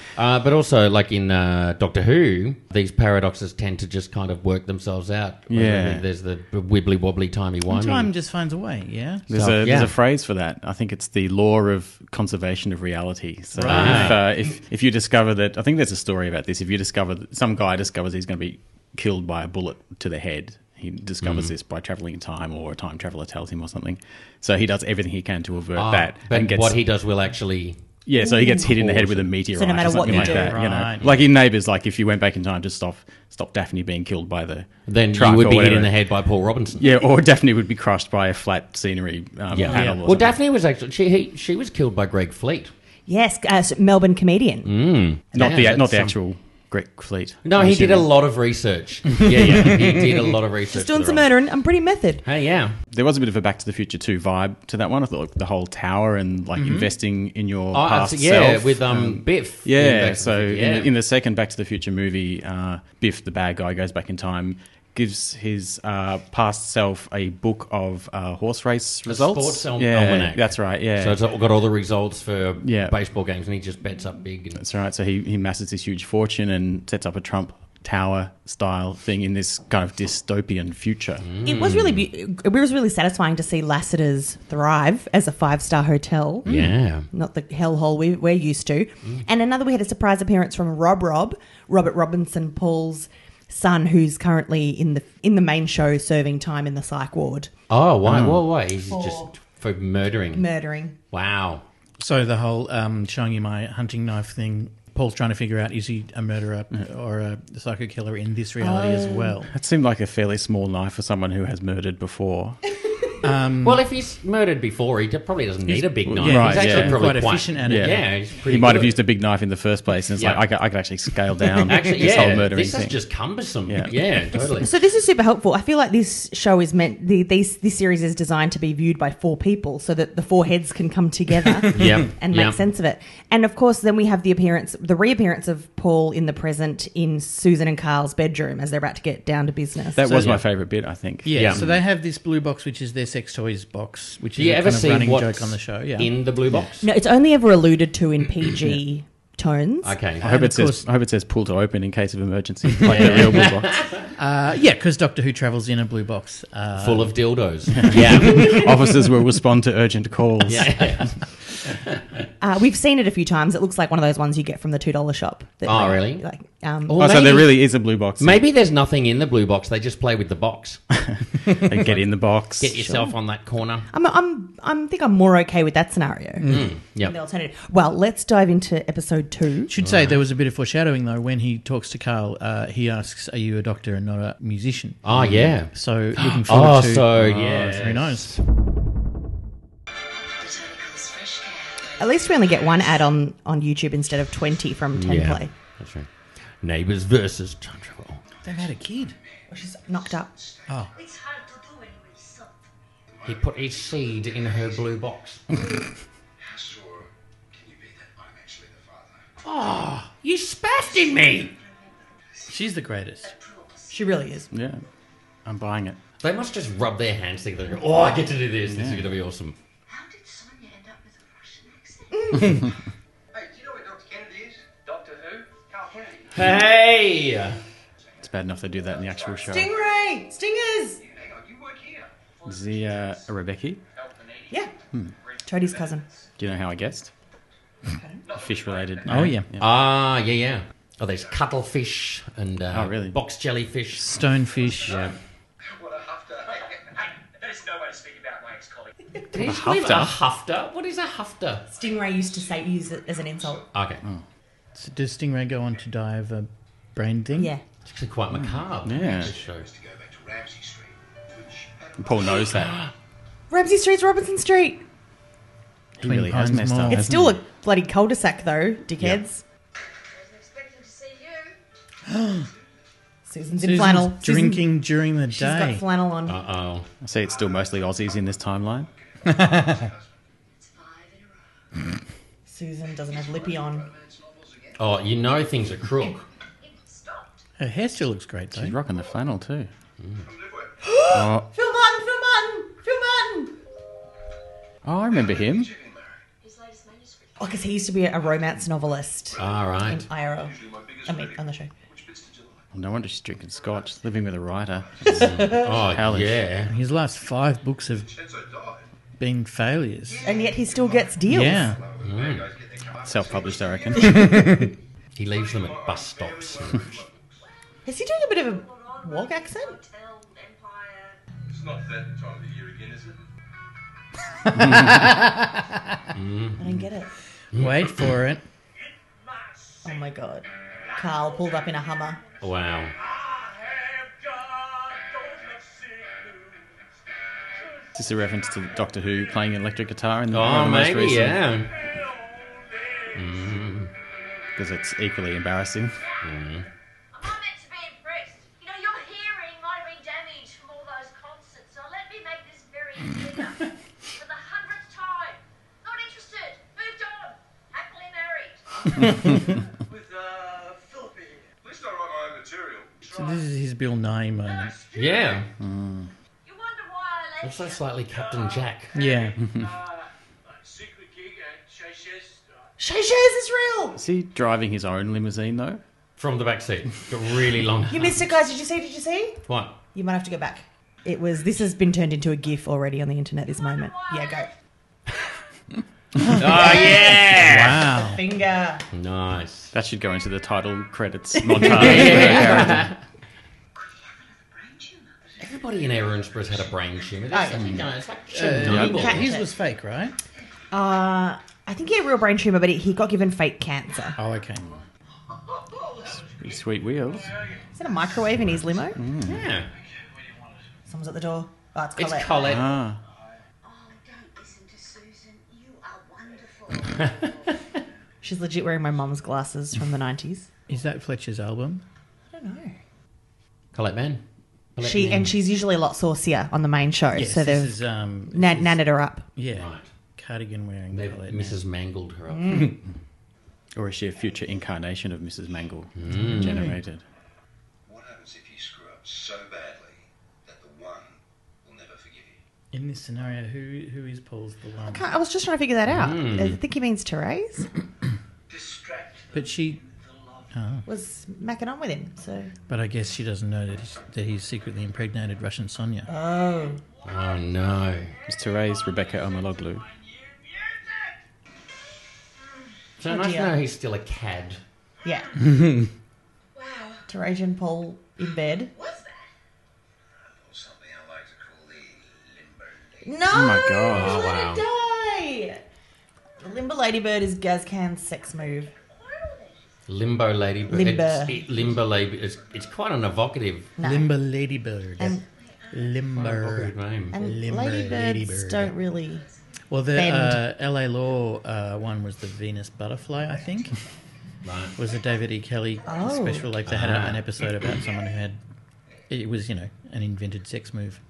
uh, but also, like in uh, Doctor Who, these paradoxes tend to just kind of work themselves out.
Yeah.
There's the wibbly wobbly timey wimey.
Time just finds a way. Yeah.
There's,
So,
a,
yeah.
there's a phrase for that. I think it's the law of conservation of reality. So if, uh, if, if you discover that, I think there's a story about this. If you discover that some guy discovers he's going to be killed by a bullet to the head, he discovers
Mm-hmm.
this by traveling in time, or a time traveler tells him, or something. So he does everything he can to avert
Ah,
that.
But
and gets,
what he does will actually.
yeah, so he gets hit in the head with a meteorite
So no matter
or
what
something
you
like
do.
that. You know,
Right.
like in Neighbours, like if you went back in time to stop stop Daphne being killed by the
Then you
truck
would
or
be hit in
whatever.
the head by Paul Robinson.
Yeah, or Daphne would be crushed by a flat scenery um,
Yeah.
panel. Or
Well,
something.
Daphne was actually she he, she was killed by Greg Fleet.
Yes, uh, Melbourne comedian.
not
Yeah,
the
that's
not the
some-
actual Greek fleet.
No,
I'm
he did a
assuming.
lot of research. yeah, yeah, he did a lot of research.
Just doing
for the
some
role.
murdering. I'm pretty method.
Hey, yeah.
There was a bit of a Back to the Future 2 vibe to that one. I thought like, the whole tower and like investing in your
Mm-hmm. Oh,
past
abso- yeah,
self.
with um, Biff. in Back
Yeah,
to the
so
Future,
In, the, in the second Back to the Future movie, uh, Biff, the bad guy, goes back in time, gives his uh, past self a book of uh, horse race results.
sports al-
yeah,
almanac.
that's right. Yeah,
So it's got all the results for
Yeah.
baseball games, and he just bets up big. And,
that's right. So he he masses this huge fortune and sets up a Trump Tower style thing in this kind of dystopian future.
Mm.
It was really be- it was really satisfying to see Lassiter's thrive as a five star hotel.
yeah.
Not the hellhole we, we're used to. And another, we had a surprise appearance from Rob Rob, Robert Robinson Paul's son, who's currently in the in the main show serving time in the psych ward,
Oh, why?
Mm.
Why? Why? He's
For- Mm.
just for murdering.
murdering.
wow.
So the whole um, showing you my hunting knife thing. Paul's trying to figure out is he a murderer or a psycho killer in this reality
Oh.
as well.
That seemed like a fairly small knife for someone who has murdered before.
Well, if he's murdered before, he d- probably doesn't need a big knife.
Mm. yeah,
he's
right,
actually
yeah.
probably
Quite efficient at it.
Yeah,
Yeah.
he's pretty
He might
good.
have used a big knife in the first place, and it's
Yeah.
like I could, I could actually scale down
Actually,
this
yeah,
whole murdering
this
thing.
is just cumbersome. Yeah,
Yeah.
totally.
So this is super helpful. I feel like this show is meant the, these this series is designed to be viewed by four people so that the four heads can come together
Yeah,
and make sense of it. And of course, then we have the appearance, the reappearance of Paul in the present in Susan and Carl's bedroom as they're about to get down to business.
that
So,
was
yeah.
my favorite bit, I think.
Yeah,
Yeah.
so they have this blue box, which is their sex toys box, which
Do
is
you
a
ever
kind of
see
running
what's
joke on the show. Yeah,
in the blue box?
no, it's only ever alluded to in PG tones.
Okay.
I hope
And
it
of
says
course-
I hope it says pull to open in case of emergency, like the real blue box.
uh, yeah, because Doctor Who travels in a blue box. Uh,
Full of dildos. yeah.
Officers will respond to urgent calls.
yeah.
Uh, we've seen it a few times. It looks like one of those ones you get from the two dollar shop. that,
Oh,
like-
really?
Like, um,
Oh, so there really is a blue box.
Maybe there's nothing in the blue box. They just play with the box.
They get in the box.
Get yourself on that corner.
I'm, I'm, I'm think I'm more okay with that scenario.
Mm. Yeah.
The alternative. Well, let's dive into episode two.
should say there was a bit of foreshadowing though when he talks to Carl. Uh, he asks, "Are you a doctor and not a musician?"
Oh, yeah.
So looking forward
Oh,
to.
so
Oh,
yeah.
Who knows?
Botanicals Fresh Care.
At least we only get one ad on on YouTube instead of twenty from Ten
Mm, Yeah.
Play.
That's right. Neighbors versus time travel.
They've had a kid.
She's knocked up.
It's hard to do when you're in soap.
He put his seed in her blue box.
How sure can you be that I'm actually the father?
you spastic me.
She's the greatest.
She really is.
Yeah, I'm buying it.
They must just rub their hands together. and go, Oh, I get to do this. This is going to be awesome.
How did Sonia end up with a Russian accent?
Hey, do you know where Dr. Kennedy is? Doctor who? Carl Kennedy.
Hey.
It's bad enough they do that in the actual show.
Stingray, stingers.
Hang on, you work here.
Is he uh, a Rebecca?
Help the needy.
Yeah. Toadie's cousin.
Do you know how I guessed? Fish related.
Oh yeah.
Ah, yeah, yeah. Oh, there's cuttlefish and uh,
Oh, really?
box jellyfish.
Stonefish.
What a hufter. Hey, there's no way to speak about my ex-colleague.
Did he just leave a hufter? What is a hufter?
Stingray used to say use it as an insult.
Okay.
Oh.
So does Stingray go on to die of a brain thing?
Yeah.
It's actually quite macabre.
Yeah.
This show.
To go back to Ramsey Street, which had
Paul knows that.
Ramsey Street's Robinson Street.
He really has
Pines
messed
Mall.
up.
It's
It's
hasn't
still
he?
a bloody cul-de-sac though, dickheads.
I was expecting to see you.
Susan's, in
Susan's
flannel. Susan-
Drinking during the
She's got
day.
flannel on.
Uh oh.
I see it's still mostly Aussies in this timeline.
It's five in a row.
Susan doesn't have lippy on.
Oh, you know things are crook.
It stopped.
Her hair still looks great
He's
though.
rocking the flannel too.
Phil Martin, Phil Martin, Phil Martin.
Oh, I remember him.
His latest manuscript.
Oh, because he used to be a romance novelist
All
in
Ah, right.
IRL. I mean, on the show.
which bits did you like?
Well, no wonder she's drinking scotch, living with a writer.
Oh,
Hellish.
yeah.
His last five books have
Tenzo died.
been failures.
And yet he still gets deals.
Yeah.
Self-published, I reckon.
He leaves them at bus stops.
Is he doing a bit of a walk accent?
Hotel, Empire.
It's not that time of the year again, is it?
I don't get it.
Wait for it.
Oh my god. Carl pulled up in a Hummer.
wow.
Is this a reference to Doctor Who playing electric guitar in the, one
Oh,
of the most
maybe,
recent?
yeah.
because it's equally embarrassing.
I'm not meant to be impressed. You know, your hearing might have been damaged from all those concerts, so let me make this very clear. For the hundredth time, not interested, moved on, happily married.
With uh, Philippi. At least I write my own material.
So this is his Bill Nye moment.
Yeah.
You wonder why I left
Also slightly Captain Jack.
Yeah.
Secret gig at Chichester.
Shay Shays is real.
Is he driving his own limousine though?
From the back seat. Got really long.
You missed it, guys. Did you see? Did you see?
What?
You might have to go back. It was. This has been turned into a GIF already on the internet. This moment. Yeah, go.
Oh, yeah!
Wow.
Finger.
Nice.
That should go into the title credits montage.
Everybody in Erinsborough's had a brain tumour.
Ah,
That's
Oh, yeah.
you know, it's like
Uh,
Chernobyl.
Cat-
his was fake, right?
Uh, I think he had real brain tumor, but he, he got given fake cancer.
Oh, okay.
Pretty sweet wheels.
Is that a microwave in his limo?
Yeah.
Someone's at the door. Oh, it's
It's
Colette.
Colette.
Ah,
Oh, don't listen to Susan. You are wonderful.
She's legit wearing my mum's glasses from the nineties.
Is that Fletcher's album?
I don't know.
Colette Man. Colette
She
Man.
and she's usually a lot saucier on the main show,
Yes,
so
this
they've
is um,
nan- nanned her up.
yeah,
Right.
cardigan wearing
They've
Colette.
Mrs. Mangled her up.
Mm.
or is she a future incarnation of Mrs. Mangle
Hmm.
generated?
What happens if you screw up so badly that the one will never forgive you?
In this scenario, who who is Paul's the one?
Can't- I was just trying to figure that out. I think he means Therese.
Distract them
But she,
with the love.
Was macking on with him, so
but I guess she doesn't know that he's, that he's secretly impregnated Russian Sonia.
Uh,
Oh, no.
It's Therese Rebecca Omaloglu.
So nice
Oh, dear.
to know he's still a cad.
yeah.
wow,
Therese and Paul in bed.
what's that?
Or something I like to call the limbo lady.
No,
Oh my god.
let her die. The limbo ladybird is Gazcan's sex move.
Limbo lady, but
Limbo.
it's it, limbo lady. It's, it's quite an evocative,
No.
Limber Ladybird.
And-
Limber.
evocative name.
And
Limbo
ladybirds
ladybird.
don't really.
Well, the uh,
Bend.
LA Law uh, one was the Venus Butterfly, I think.
Right.
Was a David E. Kelly
Oh.
special. Like they had a-
Ah.
an episode about someone who had. It was, you know, an invented sex move.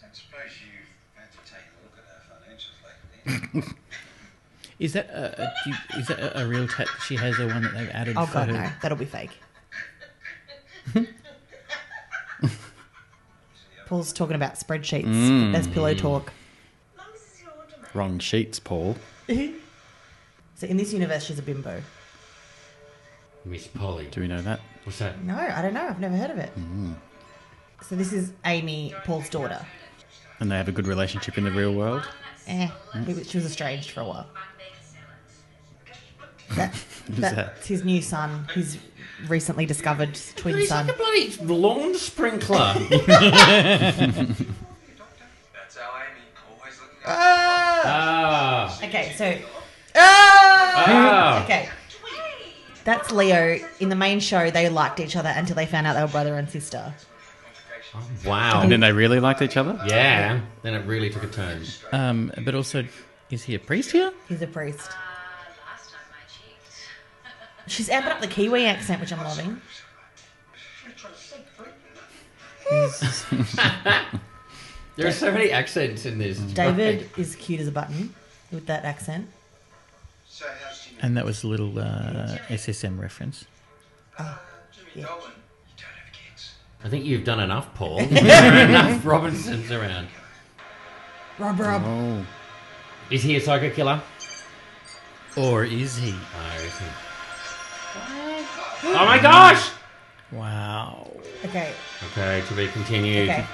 Don't suppose you've had to take a look at our financials lately.
Is that a, a, Uh, do you- is that a, a real tat that she has, or one that they've added?
Oh
for
god,
her?
no, that'll be fake. Paul's talking about spreadsheets.
Mm.
That's pillow talk.
As long as it's your automatic.
Wrong sheets, Paul.
so in this universe, she's a bimbo.
Miss Polly.
Do we know that?
What's that?
No, I don't know. I've never heard of it.
Mm.
So this is Amy, Paul's daughter.
And they have a good relationship in the real world.
Eh, he was- she was estranged for a while.
Mug mega salads.
That, that's his new son. His recently discovered twin
He's
son.
like a bloody lawn sprinkler.
That's how Amy always looking up.
Ah!
ah.
Okay, so. Ah!
Ah.
Okay. That's Leo. In the main show, they liked each other until they found out they were brother and sister.
And
Wow.
then they really liked each other?
Yeah. Then it really took a turn.
Um, but also, is he a priest here?
He's a priest.
Uh, last time I checked.
She's amping up the Kiwi accent, which I'm loving.
There are so many accents in this.
David is cute as a button with that accent.
So how's
Ah.
Jimmy?
And that was a little uh, SSM reference.
Uh, Jimmy
yeah.
Dolan. You don't have kids.
I think you've done enough, Paul. there are enough Robinsons around.
Rob, Rob.
Oh.
Is he a psycho killer?
Or is he?
No, is he? Oh my gosh!
Wow.
Okay,
Okay, to be continued.
okay.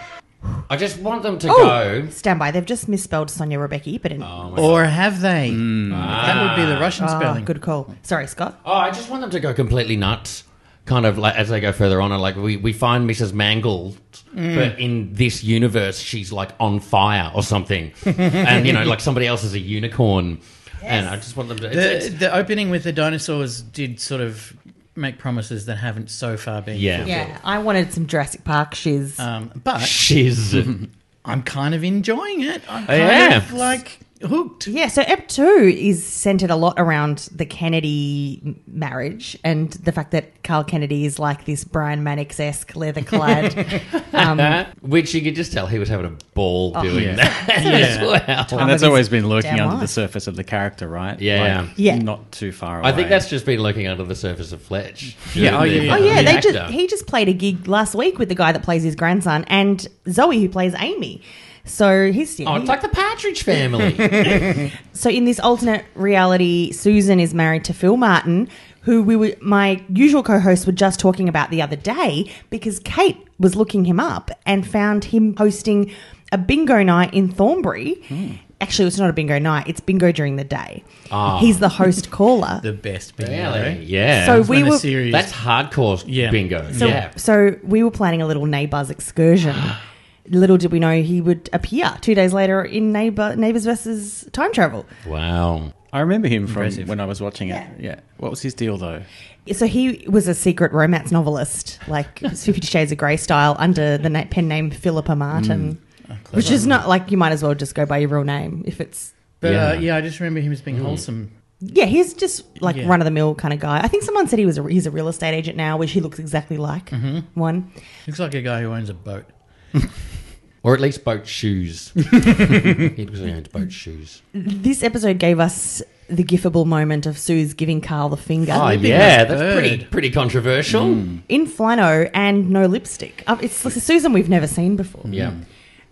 I just want them to
Oh,
go.
stand by. They've just misspelled Sonia Rebecca, but in
Oh, my Hmm.
Or have they? That would be the Russian
Ah,
spelling.
good call. Sorry, Scott.
Oh, I just want them to go completely nuts. Kind of like as they go further on, and like we, we find Mrs. Mangled,
Mm.
but in this universe, she's like on fire or something. and, you know, like somebody else is a unicorn. And I just want them to. It's,
The,
it's-
the opening with the dinosaurs did sort of make promises that haven't so far been.
yeah.
Yeah, I wanted some Jurassic Park shiz.
Oh. Um, but
Shiz.
I'm kind of enjoying it. I'm kind
Yeah.
of like hooked.
Yeah, so Ep 2 is centered a lot around the Kennedy m- marriage and the fact that Carl Kennedy is like this Brian Mannix esque leather clad.
Uh, which you could just tell he was having a ball
Oh,
doing
Yeah.
that as well.
Time
And
of
that's
his
always been lurking
damn
under the
life.
surface of the character, right?
Yeah.
Like,
Yeah.
Not too far away.
I think that's just been lurking under the surface of Fletch.
Yeah, oh,
The-
yeah, yeah.
Oh yeah,
the
they
actor.
just he just played a gig last week with the guy that plays his grandson and Zoe who plays Amy. So he's
Oh, it's like the Partridge Family.
so in this alternate reality, Susan is married to Phil Martin, who we were my usual co-hosts were just talking about the other day because Kate was looking him up and found him hosting a bingo night in Thornbury. Actually, it's not a bingo night; it's bingo during the day. He's the host caller.
The best
really?
bingo.
Yeah.
so
That's
we
when the
were
series-
That's hardcore
Yeah.
bingo.
So,
yeah.
so we were planning a little neighbours excursion. little did we know he would appear two days later in neighbor neighbours versus time travel.
Wow.
I remember him from
Impressive.
when I was watching it. Yeah. What was his deal though?
So he was a secret romance novelist, like Fifty Shades of Grey style, under the na- pen name Philippa Martin, which is not like you might as well just go by your real name if it's.
But yeah. Hmm. Uh,
Yeah.
yeah, I just remember him as being wholesome.
Yeah, he's just like
Yeah.
run of the mill kind of guy. I think someone said he was a, he's a real estate agent now, which he looks exactly like one.
Looks like a guy who owns a boat.
Or at least boat shoes. he was owned boat shoes.
This episode gave us the gifable moment of Sue's giving Carl the finger.
Oh yeah, that's
bird.
pretty pretty controversial.
in flannel and no lipstick. Uh, It's like a Susan we've never seen before.
Yeah.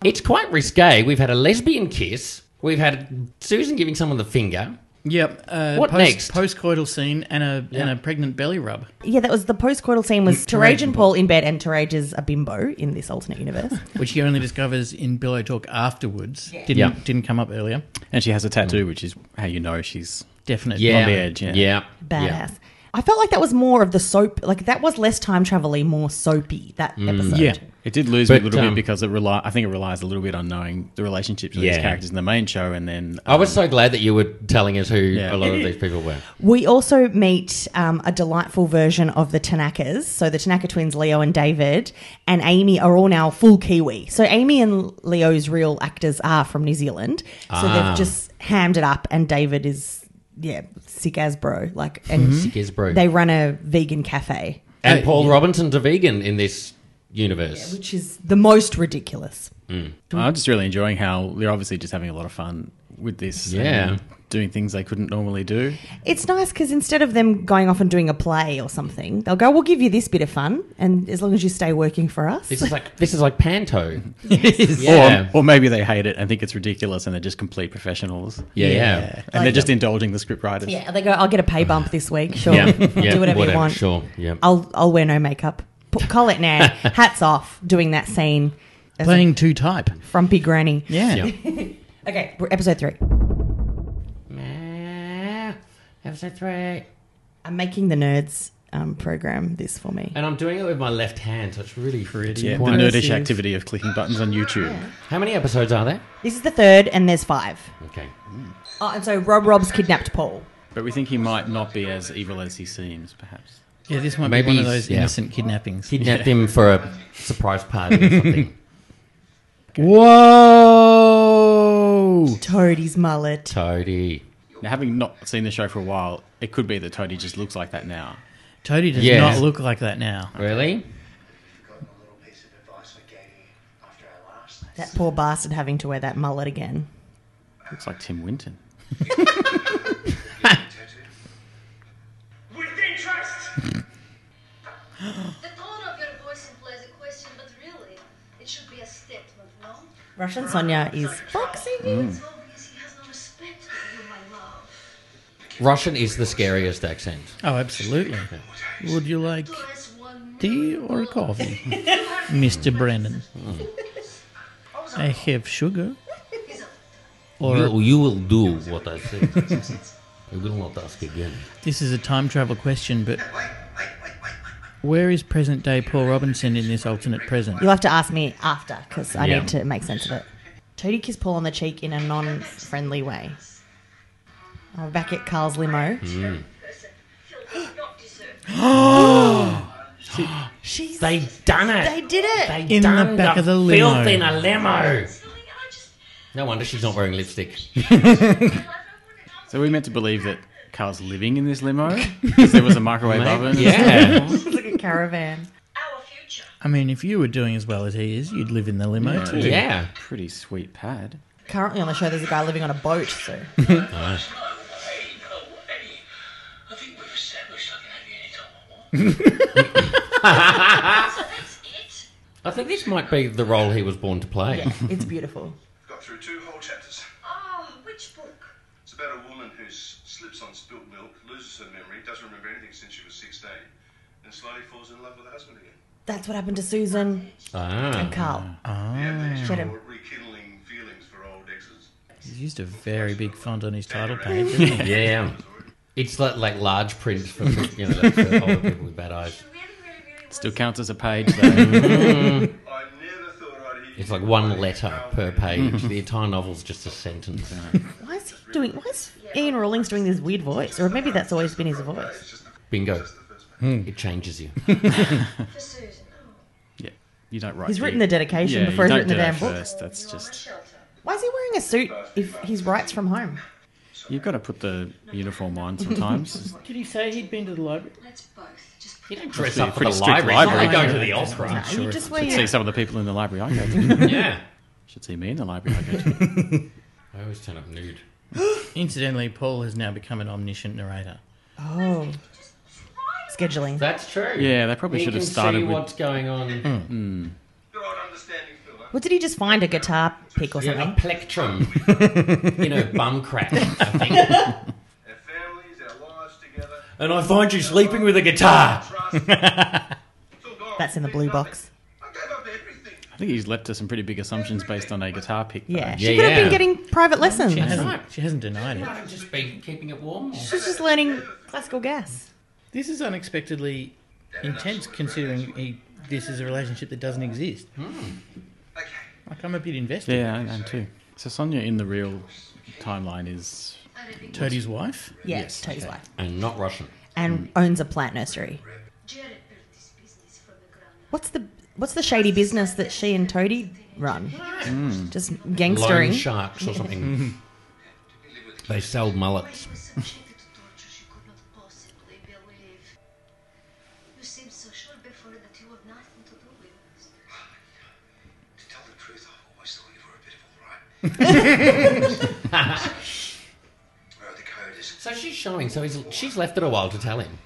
It's quite risque. We've had a lesbian kiss. We've had Susan giving someone the finger.
Yep. Uh,
What next?
Post coital scene and a and a pregnant belly rub.
Yeah, that was the post-coital scene was Terrage and Paul in bed and Terrage is a bimbo in this alternate universe.
which he only discovers in Billow Talk afterwards. Didn't
Yeah.
didn't come up earlier.
And she has a
Mm.
tattoo, which is how you know she's.
Definitely.
Yeah.
On the edge, yeah.
Yeah.
Badass.
Yeah.
I felt like that was more of the soap, like that was less time travel-y, more soapy, that
Mm.
episode.
Yeah.
It did lose
But,
me a little
um,
bit because it rely. I think it relies a little bit on knowing the relationships of
Yeah.
these characters in the main show, and then
I was so glad that you were telling us who
Yeah.
a lot of these people were.
We also meet um, a delightful version of the Tanakas. So the Tanaka twins, Leo and David, and Amy are all now full Kiwi. So Amy and Leo's real actors are from New Zealand. So
Ah.
they've just hammed it up, and David is yeah sick as bro. Like and
Gisbro.
they run a vegan cafe,
and Paul Robinson's a vegan in this universe.
which is the most ridiculous.
I'm just really enjoying how they're obviously just having a lot of fun with this.
Yeah.
and doing things they couldn't normally do.
It's nice because instead of them going off and doing a play or something, they'll go, "We'll give you this bit of fun, and as long as you stay working for us."
This is like this is like Panto.
Or,
Yeah.
or maybe they hate it and think it's ridiculous and they're just complete professionals.
Yeah, yeah.
And they're just indulging the script writers.
Yeah, they go, I'll get a pay bump this week. Sure.
Yeah.
Do whatever, you want.
Sure. Yeah.
I'll, I'll wear no makeup. P- Colette Nan, hats off, doing that scene as
Playing two type.
a frumpy granny.
Yeah.
Yeah.
Okay, we're episode three.
Episode three.
I'm making the nerds um, program this for me.
And I'm doing it with my left hand, so it's really pretty.
Yeah, the nerdish activity of clicking buttons on YouTube.
How many episodes are there?
This is the third, and there's five.
Okay.
Oh, and so Rob Rob's kidnapped Paul.
But we think he might not be as evil as he seems, perhaps.
Yeah, this might
Maybe
be one of
he's-
those
yeah.
innocent kidnappings.
Kidnapped him for a surprise party or something.
Whoa!
Toadie's mullet.
Toady.
Now, having not seen the show for a while, it could be that Toadie just looks like that now.
Toadie does
Yeah.
not look like that now.
Really?
Forgotten a little piece of advice I gave you after our last lesson.
That poor bastard having to wear that mullet again.
Looks like Tim Winton.
Tattoo. With interest!
The tone of your voice implies a question, but really, it should be a statement, no?
Russian Sonia is boxing.
It's obvious he has no respect for you, my love.
Russian is the scariest accent.
Oh, absolutely. Would you like
Plus one
tea or a coffee, Mr. Brennan? I have sugar. Or
you will do what I say. I will not ask again.
this is a time travel question, but
Wait, wait, wait, wait, wait.
where is present day Paul Robinson in this alternate present?
You'll have to ask me after because I
Yeah.
need to make sense of it. Toadie kissed Paul on the cheek in a non friendly way. Oh, back at Carl's limo.
Mm.
person. Phil does not deserve
She's, they,
They've done it.
did it.
They've
In the
done
back of the
filth
limo.
in a limo.
Silly, and I just
No wonder she's not wearing lipstick.
So we meant to believe that Carl's living in this limo because there was a microwave oven.
Yeah.
It's like a caravan.
Our future.
I mean, if you were doing as well as he is, you'd live in the limo too.
yeah.
Pretty sweet pad.
Currently on the show, there's a guy living on a boat. So
No way, no way. I think we've established I can have you anytime I want.
So that's it.
I think this might be the role he was born to play.
yeah, it's beautiful.
Got through two whole chapters.
Oh, which book?
It's about a woman who s- slips on spilt milk, loses her memory, doesn't remember anything since she was 16, and slowly falls in love with her husband again.
That's what happened to Susan
Ah.
and Carl.
Yeah, these
Shut
are
him.
all rekindling feelings for old exes.
He's used a very big font on his title page. isn't he?
Yeah. It's like, like large print for you know that's for older people with bad eyes.
She really, really, really was.
Still counts as a page though.
I never thought I'd hear
It's like one letter per page. The entire novel's just a sentence.
Why is he doing? Why is Ian Rawlings doing this weird voice? Or maybe that's always been his voice.
Bingo. It changes you.
For Susan. Oh,
yeah. You don't write.
He's
the-
written the dedication
yeah,
before
you
he's written
don't
the
do that
damn book.
first. That's just
shelter.
Why is he wearing a suit if he's writes from home?
you've got to put the uniform on sometimes.
Did he say he'd been to the library?
Let's
Hmm.
both. Just
You don't dress
be a
up for the
pretty strict
library. It's not
library.
like going to the opera.
You just wear
Should
your-
see some of the people in the library I go to.
Yeah.
Should see me in the library I go to.
I always turn up nude.
Incidentally, Paul has now become an omniscient narrator.
oh scheduling.
That's true.
Yeah, they probably
He
should have
can
started
see
with- Hmm.
what's going on.
Your old understanding, Phil. huh?
What did he just find? A guitar pick or
Yeah, a
something?
plectrum. you know, bum crack. I think.
Our families, our lives together.
and I find you sleeping with a guitar.
Trust. It's all gone.
That's in the blue box.
I gave up everything.
I think he's left to some pretty big assumptions based on a guitar pick. though.
Yeah,
Yeah,
she could have
yeah.
been getting private lessons.
She hasn't,
right.
she hasn't denied it.
I've just been keeping it warm.
She's just learning classical gas.
This is unexpectedly intense, considering he, this is a relationship that doesn't exist.
Okay.
Like I'm a bit invested.
Yeah, I am too. So Sonia in the real timeline is
I don't think
Toadie's wife.
Yeah, yes, Toadie's wife.
And not Russian.
And owns a plant nursery.
Jared built this business from the ground up.
What's the what's the shady business that she and Toadie run? Just
Lone
gangstering.
sharks or something. they sell mullets.
It was subjected to torture she could not possibly believe. You seemed so sure before that you have nothing to do with us.
Oh, To tell the truth, I've always thought you were a bit of all right. Where the code is.
So she's showing. So he's, she's left it a while to tell him.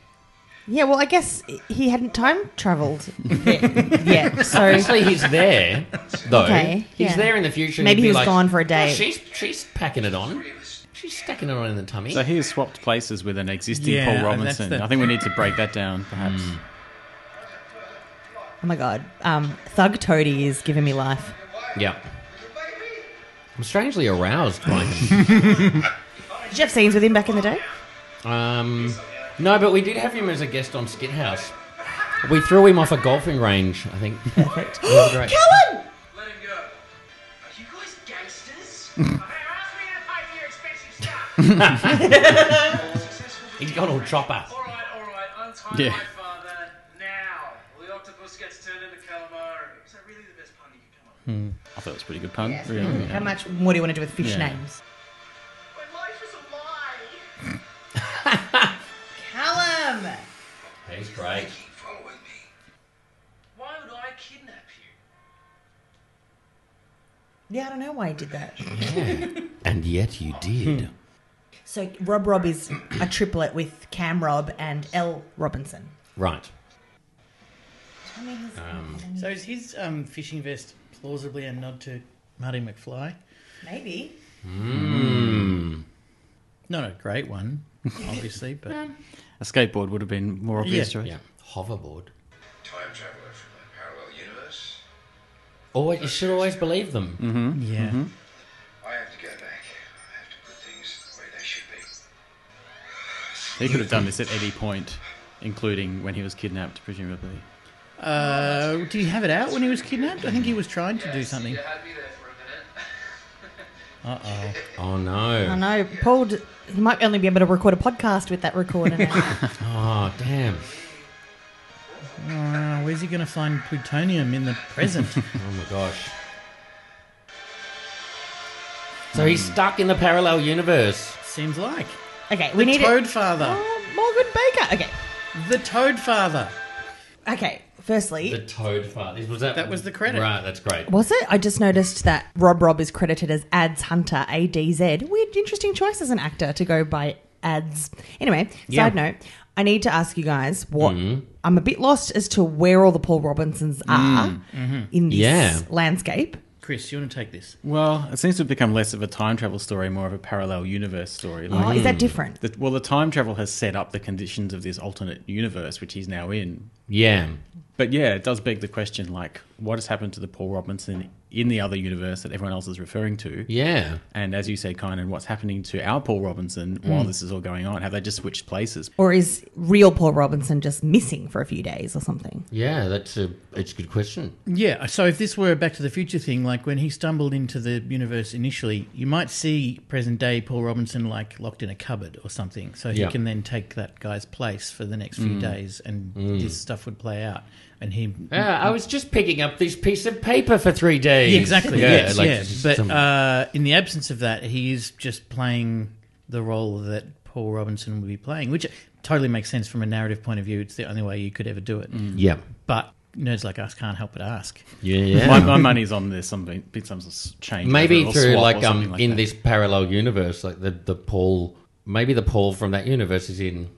Yeah, well, I guess he hadn't time travelled yet, so
Obviously, he's there, though.
Okay,
he's
yeah.
there in the future.
Maybe
he'd
he
be
was
like,
gone for a
"Oh,
day."
she's she's packing it on. She's stacking it on in the tummy.
So he has swapped places with an existing
Yeah,
Paul
that's
Robinson.
the-
I think we need to break that down, perhaps.
Hmm. Oh my god, um, Thug Toadie is giving me life.
yeah. I'm strangely aroused by him.
Did you have scenes with him back in the day?
um, no, but we did have him as a guest on Skid House. We threw him off a golfing range, I think. Perfect. great.
Helen!
Let him go.
Are you guys gangsters?
Where else are we gonna pay for your expensive stuff?
Successful.
He's got all chopper.
Alright, alright, untie
Yeah.
my father now. Well, the octopus gets turned into calamari. Is that really the best pun you can come up with?
I thought it was a pretty good pun. Really.
How much more do you want to do with fish
Yeah.
names?
My life is a lie.
Callum!
He's great.
Keep following me.
Why would I kidnap you?
Yeah, I don't know why he did that.
And yet you did.
So Rob Rob is a triplet with Cam Rob and L Robinson.
right.
I mean, he's-
So is his um, fishing vest plausibly a nod to Marty McFly?
maybe.
Not a great one, obviously, but
Um,
A skateboard would have been more obvious,
Yeah,
right?
Yeah. Hoverboard.
Time traveler from a parallel universe.
Always, you should always believe them.
yeah.
mm-hmm.
I have to go back. I have to put things the way they should be.
He could have done this at any point, including when he was kidnapped, presumably.
Uh, did he have it out when he was kidnapped? I think he was trying to do something.
You had me there for a minute.
Uh oh.
Oh
I
no!
know. Paul, d- he might only be able to record a podcast with that recorder now.
Oh damn!
Uh, where's he going to find plutonium in the present?
Oh my gosh! So he's stuck in the parallel universe.
Seems like
Okay, we
the
need
Toad
it.
Father.
Oh, Morgan Baker. Okay,
The Toad Father.
okay. Firstly,
The Toad Father. Was that,
That was the credit.
Right, that's great.
was it? I just noticed that Rob Rob is credited as Ads Hunter, A D Z. Weird, interesting choice as an actor to go by ads. Anyway,
Yeah. Mm-hmm.
side note. I need to ask you guys what I'm a bit lost as to where all the Paul Robinsons are in this
Mm. Yeah.
landscape.
Chris, you want to take this?
Well, it seems to have become less of a time travel story, more of a parallel universe story.
Oh,
Mm.
is that different?
the, well, the time travel has set up the conditions of this alternate universe, which he's now in.
Yeah.
But yeah, it does beg the question like, what has happened to the Paul Robinson in the other universe that everyone else is referring to?
Yeah.
And as you say, Kynan, what's happening to our Paul Robinson
Hmm.
while this is all going on? Have they just switched places?
Or is real Paul Robinson just missing for a few days or something?
Yeah, that's a, it's a good question.
Yeah, so if this were a Back to the Future thing, like when he stumbled into the universe initially, you might see present day Paul Robinson like locked in a cupboard or something. So he
Yeah.
can then take that guy's place for the next few days and this stuff would play out. And he.
Yeah, I was just picking up this piece of paper for three days.
Yeah, exactly.
Yeah,
yes,
like
yeah.
just
But
some-
uh, in the absence of that, he is just playing the role that Paul Robinson would be playing, which totally makes sense from a narrative point of view. It's the only way you could ever do it.
yeah.
But nerds like us can't help but ask.
Yeah, yeah.
My, my money's on this, something, some sort of change.
maybe
or
through
swap
like
or
um
something like
in
that.
this parallel universe, like the the Paul, maybe the Paul from that universe is in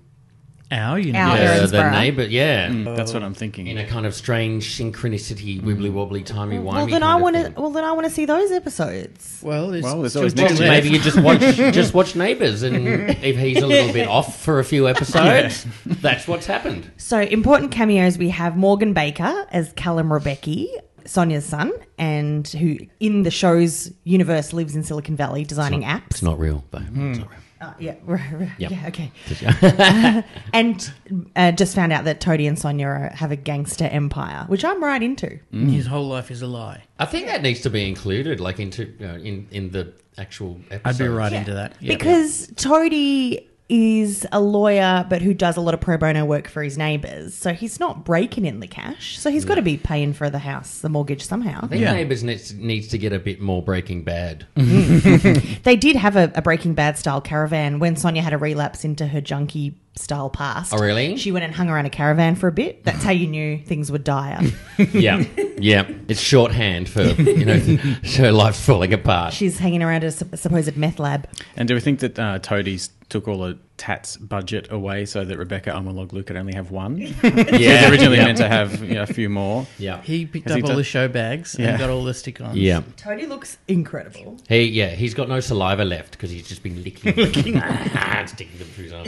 Our universe.
Our
uh, the
Erinsborough.
neighbor. Yeah,
That's what I'm thinking.
in a kind of strange synchronicity, wibbly wobbly, timey wimey.
Well, then
kind
I
of
want to.
thing.
Well, then I want to see those episodes.
Well, there's,
Well, there's
still
always
two left.
next week.
Maybe you just watch just watch Neighbours, and if he's a little bit off for a few episodes, that's what's happened.
So important cameos. We have Morgan Baker as Callum Rebecca, Sonia's son, and who in the show's universe lives in Silicon Valley designing apps.
It's not real, but it's not real.
Uh, yeah, right, right,
Yep.
yeah, okay. and uh, just found out that Toadie and Sonia are, have a gangster empire, which I'm right into.
His whole life is a lie.
I think that needs to be included, like into you know, in in the actual episode.
I'd be right into that. Yeah.
Because Toadie is a lawyer, but who does a lot of pro bono work for his neighbours. So he's not breaking in the cash. So he's got to be paying for the house, the mortgage somehow.
I think Neighbours needs, needs to get a bit more Breaking Bad.
They did have a, a Breaking Bad style caravan when Sonia had a relapse into her junkie style past.
Oh, really?
She went and hung around a caravan for a bit. That's how you knew things were dire.
yeah, yeah. It's shorthand for you know her life's falling apart.
She's hanging around a sup- supposed meth lab.
And do we think that uh, Toadies took all of Tat's budget away so that Rebecca Amaloglu could only have one? She was
yeah,
originally meant to have you know, a few more.
yeah.
he picked
Has
up
he
all
done-
the show bags
Yeah.
and got all the stick ons.
Yeah,
Tony looks incredible.
he yeah he's got no saliva left because he's just been licking, licking, and sticking them through his arm.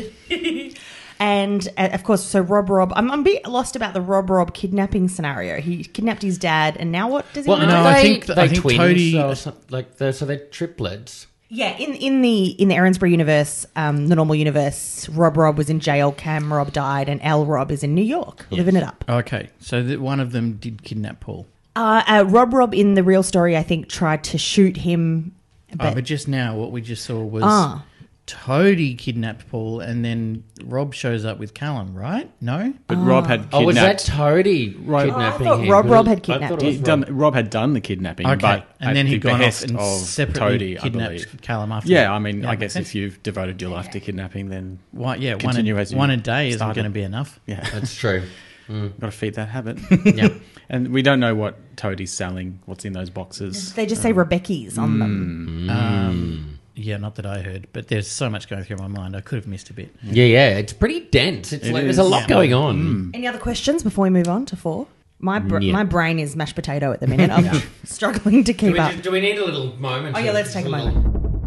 And uh, of course, so Rob Rob, I'm, I'm a bit lost about the Rob Rob kidnapping scenario. He kidnapped his dad, and now what does he
Well,
want?
no,
no,
I
they,
think th-
they
I think
twins
Toadie-
or something like they're, so they're triplets.
Yeah, in, in the in the Erinsborough universe, um, the normal universe, Rob Rob was in jail, Cam Rob died, and L Rob is in New York, living it up.
Okay, so that one of them did kidnap Paul.
Uh, uh, Rob Rob in the real story, I think, tried to shoot him.
oh, but just now, what we just saw was
Ah.
Toadie kidnapped Paul, and then Rob shows up with Callum, right? No,
But Rob had kidnapped.
Oh, was that Toadie kidnapping
Oh, I thought
him?
Rob- Rob had
I thought it
kidnapped
was
He'd
Rob.
done, Rob had done the kidnapping,
okay,
but
and
at
then he
the
got off
behest
and
of
separately
Toadie, I
kidnapped
believe.
Callum after.
Yeah,
that.
I mean, I
makes
guess
sense.
if you've devoted your life to kidnapping, then
Why, yeah, one
Continue
a,
as you
one a day isn't
started.
going to be enough.
yeah,
That's true.
got to feed that habit.
Yeah.
and we don't know what Toadie's selling, what's in those boxes.
They just say Rebecca's on them.
Yeah, not that I heard, but there's so much going through my mind. I could have missed a bit.
Yeah, yeah. It's pretty dense. It's
It
like there's a
is. Mm.
lot
Yeah.
going on.
Any other questions before we move on to four? My br-
Mm. Yeah.
my brain is mashed potato at the minute. I'm struggling to
Do
keep
we,
up.
just- do we need a little moment?
Oh,
to-
yeah, let's take a
little-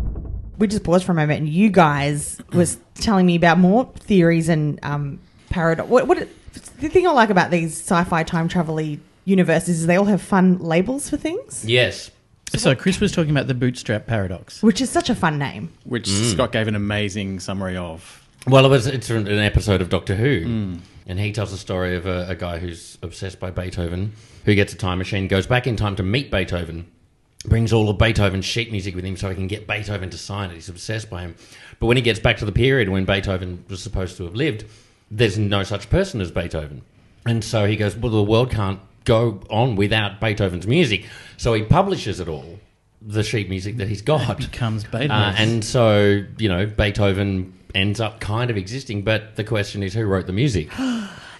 we just paused for a moment, and you guys was telling me about more theories and um, paradox. What, what the thing I like about these sci-fi time travel universes is they all have fun labels for things,
Yes.
So Chris was talking about the bootstrap Mm. paradox.
which is such a fun name.
which Scott gave an amazing summary of.
Well, it was it's an an episode of Doctor Who, and he tells the story of a, a guy who's obsessed by Beethoven, who gets a time machine, goes back in time to meet Beethoven, brings all of Beethoven's sheet music with him so he can get Beethoven to sign it. He's obsessed by him, but when he gets back to the period when Beethoven was supposed to have lived, there's no such person as Beethoven, and so he goes, well, the world can't go on without Beethoven's music, so he publishes it all the sheet music that he's got.
Comes Beethoven.
Uh, and so, you know, Beethoven ends up kind of existing, but the question is who wrote the music?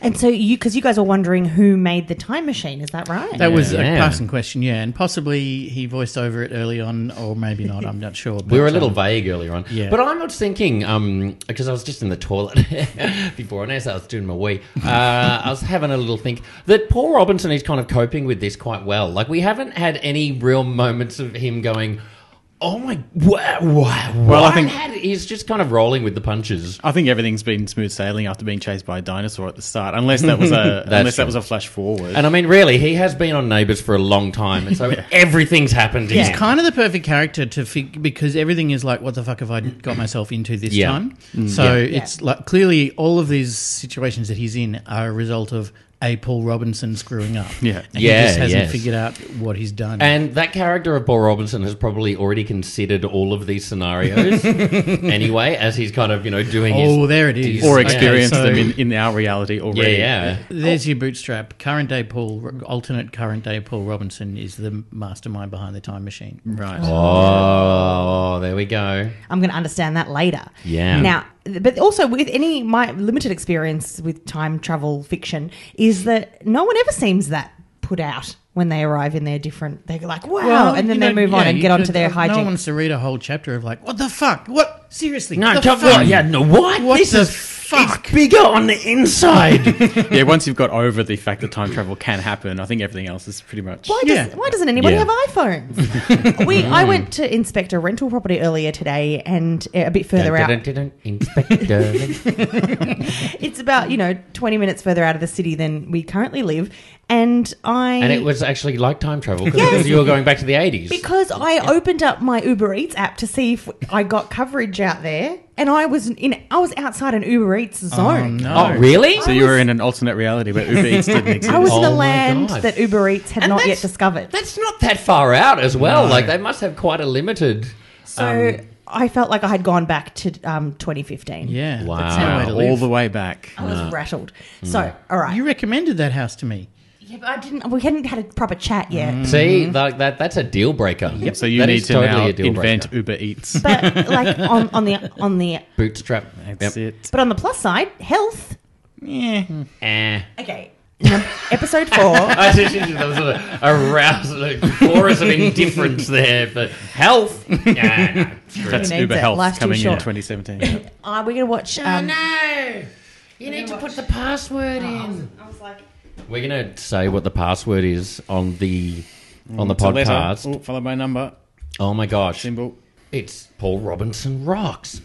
And so you, because you guys were wondering who made the time machine, is that right?
that was a
Yeah.
passing question, yeah, and possibly he voiced over it early on, or maybe not. I'm not sure.
We were a
but,
little
um,
vague earlier on.
yeah.
But I was thinking, um, because I was just in the toilet before, and as I was doing my wee, uh, I was having a little think that Paul Robinson is kind of coping with this quite well. Like, we haven't had any real moments of him going, oh my, wow, wow,
Well, I think-
Had, he's just kind of rolling with the punches.
I think everything's been smooth sailing after being chased by a dinosaur at the start, unless that was a unless
true.
that was a flash forward.
And I mean, really, he has been on Neighbours for a long time, and so everything's happened. to
He's
him.
kind of the perfect character to fig- because everything is like, what the fuck have I got myself into this
Yeah.
time? So it's like clearly all of these situations that he's in are a result of a Paul Robinson screwing up.
Yeah.
and
Yeah,
he just hasn't
yes.
figured out what he's done.
And that character of Paul Robinson has probably already considered all of these scenarios anyway, as he's kind of, you know, doing
oh,
his.
there it is.
or
Okay,
experience
so
them in, in our reality
Yeah,
already.
yeah.
There's your bootstrap. Current day Paul, alternate current day Paul Robinson is the mastermind behind the time machine.
Right.
Oh, there we go.
I'm going to understand that later.
Yeah.
Now, but also with any my limited experience with time travel fiction is that no one ever seems that put out when they arrive in their different. They're like, wow, and then
you
they
know,
move on
yeah,
and
you
get on
could-
to their hijinks.
No one wants to read a whole chapter of like, what the fuck? What seriously?
No,
the
come on.
fuck?
Yeah, no, what?
What
this
the
is
fuck?
It's bigger on the inside.
yeah, once you've got over the fact that time travel can happen, I think everything else is pretty much.
Why,
Yeah.
does, why doesn't anybody
Yeah.
have iPhones? we, I went to inspect a rental property earlier today and uh, a bit further out.
Inspector.
It's about, you know, 20 minutes further out of the city than we currently live. And I.
and it was actually like time travel because you were going back to the 80s.
Because I opened up my Uber Eats app to see if I got coverage out there, and I was in I was outside an Uber Eats zone.
No.
oh, really?
So you were in an alternate reality where Uber Eats didn't
I was
exist.
in a
Oh my
land
God.
that Uber Eats had
And
not yet
that's-
discovered.
That's not that far out as well. Like, they must have quite a limited.
So I felt like I had gone back to um, 2015.
Yeah.
Wow.
That's no way to live.
all the way back.
I was rattled. So all right,
You recommended that house to me.
yeah, but I didn't. We hadn't had a proper chat yet.
Mm.
See, like that, that's a deal breaker.
So you
That
need
is
to
totally
now
a deal
invent
breaker.
Uber Eats.
But like on, on the on the
bootstrap.
That's it.
but on the plus side, health.
Yeah.
Eh.
Okay, Num- episode four.
I just there was a, a rouse, a chorus of indifference there, but health. Nah, nah, screw
That's
needs
Uber
it.
Health
Life's too
coming in
short.
2017. Yeah.
Uh, we're gonna watch. Um,
no, you need to put the password in. We're gonna say what the password is on the
Mm,
on the
It's a letter,
podcast.
oh, followed by a number,
Oh my gosh,
symbol.
it's Paul Robinson rocks.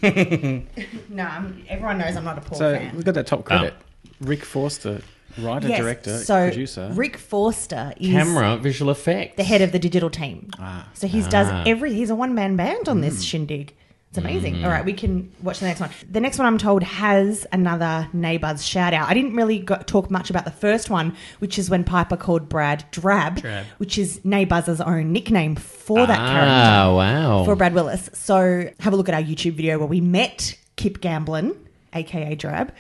No, I'm, everyone knows I'm not a Paul
So
fan.
we've got that
Ah.
top credit. Rick Forster, writer,
Yes,
director,
so
producer.
Rick Forster is
Camera visual effects.
the head of the digital team. so he does every. He's a one man band on this shindig. It's amazing. All right, we can watch the next one. The next one I'm told has another Neighbours shout out. I didn't really go- talk much about the first one, which is when Piper called Brad Drab,
Drab.
which is Neighbours' own nickname for that character.
Ah, wow.
for Brad Willis. So have a look at our YouTube video where we met Kip Gamblin, aka Drab.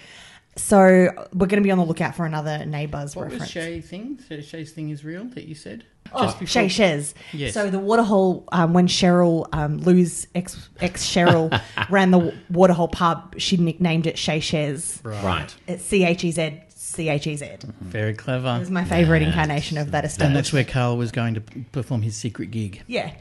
So we're going to be on the lookout for another neighbours
What was
reference.
Shay's thing? So Shay's thing is real that you said?
Oh,
Just
Shay
before-
Shez.
Yes.
So the waterhole um, when Cheryl um, Lou's ex ex Cheryl ran the waterhole pub, she nicknamed it Shay Shez.
right.
It's C H E Z C H E Z. It
Very clever.
was my favourite incarnation of that
And
established.
that's where Carl was going to p- perform his secret gig.
yeah.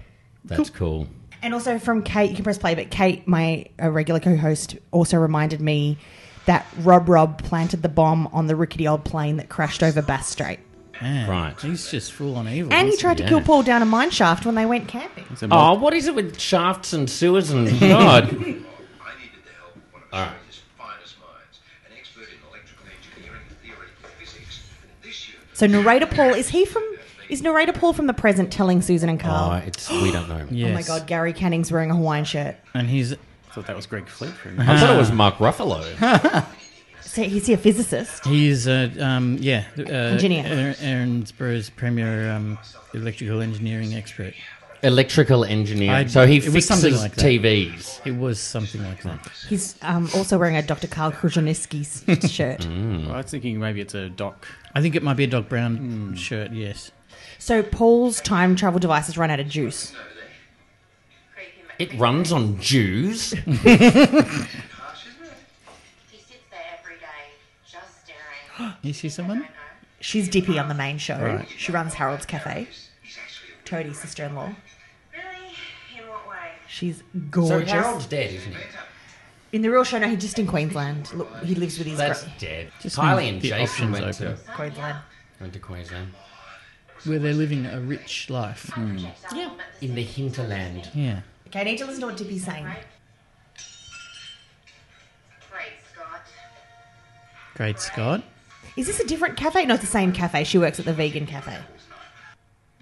That's cool.
And also from Kate, you can press play, but Kate, my uh, regular co host, also reminded me that Rob Rob planted the bomb on the rickety old plane that crashed over Bass Strait.
Man,
Right.
He's just full on evil.
And he
isn't
tried to
yeah.
kill Paul down a mine shaft when they went camping.
Oh, what is it with shafts and sewers and God?
I needed the help of one of
Alright.
Australia's finest minds, an expert in electrical engineering, theory, physics. This year,
So narrator Paul, is he from. Is narrator Paul from the present telling Susan and Carl?
Oh, it's we don't know.
he?
Oh my
Yes.
god, Gary Canning's wearing a Hawaiian shirt.
And he's
I thought that was Greg Fleetwood.
I thought it was Mark Ruffalo.
So is he a physicist?
he's a um, yeah uh,
Engineer.
Aaron, Aaron Spur's premier um, electrical engineering expert.
Electrical engineer.
I-
so he
it was
fixes
something like that.
TVs.
It was something like that.
He's um, also wearing a Dr. Carl Krzyzewski's shirt.
Mm-hmm.
Mm.
Well, I was thinking maybe it's a doc.
I think it might be a Doc Brown shirt. Yes.
So Paul's time travel devices run out of juice.
It runs on Jews.
Harsh, isn't it?
He sits there every day, just staring.
Is she someone?
I know.
She's Dippy on the main show. She runs Harold's Cafe.
He's actually a
Toadie's sister-in-law.
Really? In what way?
She's
so
gorgeous.
Harold's dead, isn't he?
in the real show, no, he's just in Queensland. Look, he lives with his
That's
gr-
dead.
Just
Kylie
means
and
the
Jason
options
went
open.
to,
Queensland.
went to Queensland.
where they're living a rich life.
Checks up on him at the
In the hinterland.
Yeah.
Okay, I need to listen to what Dippy's saying.
Great Scott.
Great Scott.
Is this a different cafe? No, it's the same cafe. She works at the vegan cafe.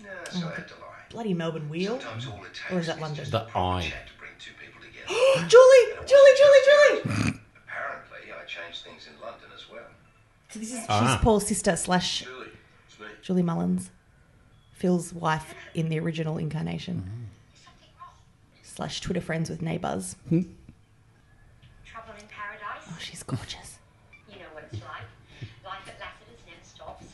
No, so I had to lie.
Bloody Melbourne Wheel.
Sometimes all it takes
Or is that London?
just
The
a
eye.
chat to bring two people together.
Julie! Julie, Julie, Julie!
Apparently, I changed things in London as well.
So this is she's
Ah.
Paul's sister slash
Julie, it's me.
Julie Mullins, Phil's wife in the original incarnation. Slash Twitter friends with neighbours.
Trouble in paradise.
Oh, she's gorgeous.
You know what it's like. Life at Lassiter's never stops.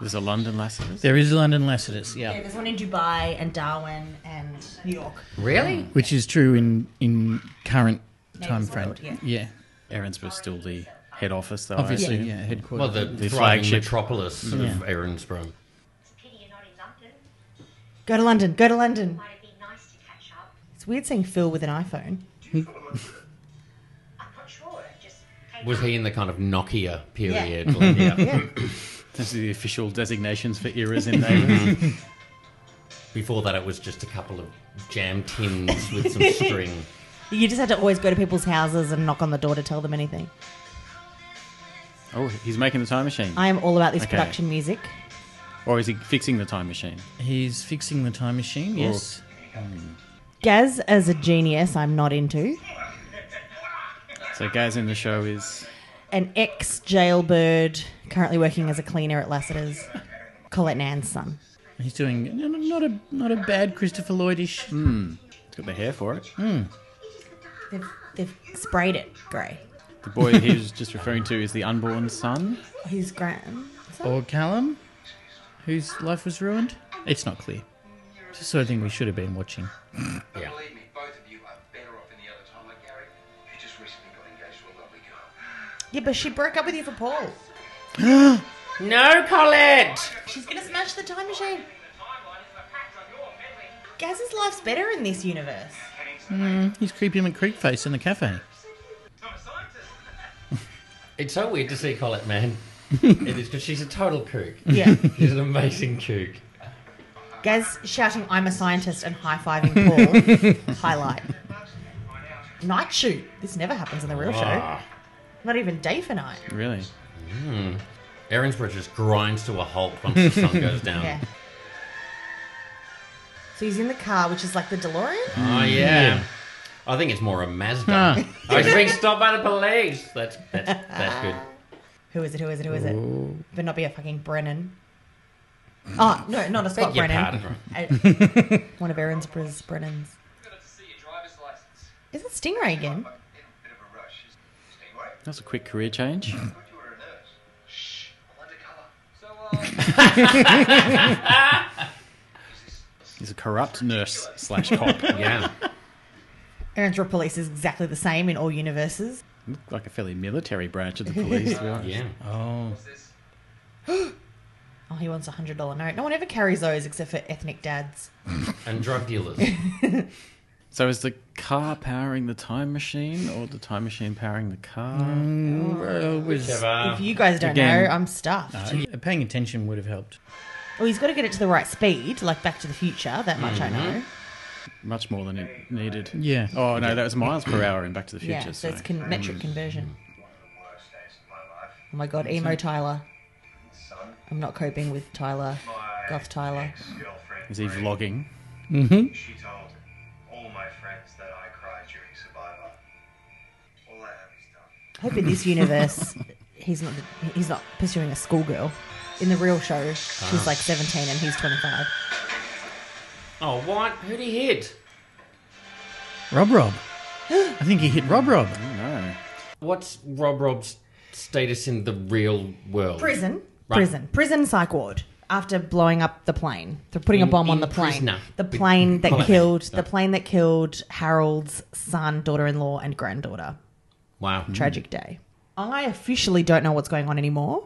There's a London Lassiter's.
There is London Lassiter's, yeah.
there's one in Dubai and Darwin and New York.
Really?
Which is true in, in current time
Neighbours
frame.
World, yeah.
yeah.
Erinsborough's still the head office, though. I
Obviously,
assume.
yeah, headquarters.
Well, the,
The
thriving
flagship.
metropolis of Erinsborough.
It's a pity you're not in London.
Go to London. Go to London.
Might have been nice to catch up.
It's weird seeing Phil with an iPhone.
Do you fall in love with her?
I'm not sure. it Just came
Was
up.
he in the kind of Nokia period? Like, Yeah.
Those are the official designations for eras in neighbours.
Before that, it was just a couple of jam tins with some string.
You just had to always go to people's houses and knock on the door to tell them anything.
oh, he's making the time machine.
I am all about this
Okay.
production music.
Or is he fixing the time machine?
He's fixing the time machine, yes.
Gaz as a genius, I'm not into.
So Gaz in the show is
An ex jailbird, currently working as a cleaner at Lassiter's. Colette Nan's son.
He's doing n- n- not a not a bad Christopher Lloydish.
he's got the hair for it.
They've, they've sprayed it grey.
The boy he was just referring to is the unborn son.
His grandson.
Or Callum, whose life was ruined. It's not clear. It's the sort of thing we should have been watching.
But
Yeah.
believe me, both of you are better off in the other time, like Gary. You just recently got engaged to a lovely girl.
Yeah, but she broke up with you for Paul.
No, Colette!
She's gonna smash the time machine. Gaz's life's better in this universe.
He's creepy McCreekface in the cafe.
It's so weird to see Colette, man. it is because she's a total kook.
Yeah.
She's an amazing kook.
Gaz shouting, I'm a scientist, and high fiving Paul. Highlight. Night shoot. This never happens in the real show.
Ah,
Not even day for night.
Really?
Erinsborough just grinds to a halt once the sun goes down.
Yeah. So he's in the car, which is like the DeLorean.
Oh, yeah. I think it's more a Mazda. I was being stopped by the police. That's, that's, that's good.
Who is it? Who is it? Who is it? But not be a fucking Brennan. Oh, no, not a Scott
Beg your
Brennan.
pardon.
Uh, One of Erinsborough's Brennans.
Good to see your driver's license.
Is it Stingray again?
But in a bit of a rush. Anyway,
That was a quick career change.
I thought you were a nurse. Shh, I'm undercover.
So, uh,
He's a corrupt nurse slash cop.
Yeah.
Erinsborough Police is exactly the same in all universes.
Looked like a fairly military branch of the police. to be honest.
Yeah.
Oh,
what's this?
Oh, he wants a hundred dollar note. No one ever carries those except for ethnic dads.
And drug dealers.
So is the car powering the time machine, or the time machine powering the car?
Mm.
well, was,
uh,
if you guys don't
again-
know, I'm stuffed.
uh, paying attention would have helped.
Well, he's got to get it to the right speed, like Back to the Future. That much
Mm-hmm.
I know.
Much more than it needed.
Yeah.
Oh no, that was miles per hour in Back to the Future.
yeah, so it's
so-
con- metric conversion.
One of the worst days of my life.
Oh my god, emo Tyler.
Son,
I'm not coping with Tyler.
my
Goth Tyler.
ex-girlfriend.
Is he vlogging?
She told all my friends that I cried during Survivor. All I have is done.
I hope in this universe he's not he's not pursuing a schoolgirl. In the real show, she's
Ah.
like 17 and he's 25.
Oh, what? Who'd he hit?
Rob Rob. I think he hit Rob Rob.
No.
What's Rob Rob's status in the real world?
Prison,
Right.
prison, prison psych ward. after blowing up the plane, they're putting a
In-
bomb on
in
the plane.
prisoner.
The plane that
Colin.
killed the plane that killed Harold's son, daughter-in-law, and granddaughter.
Wow.
Tragic day. I officially don't know what's going on anymore.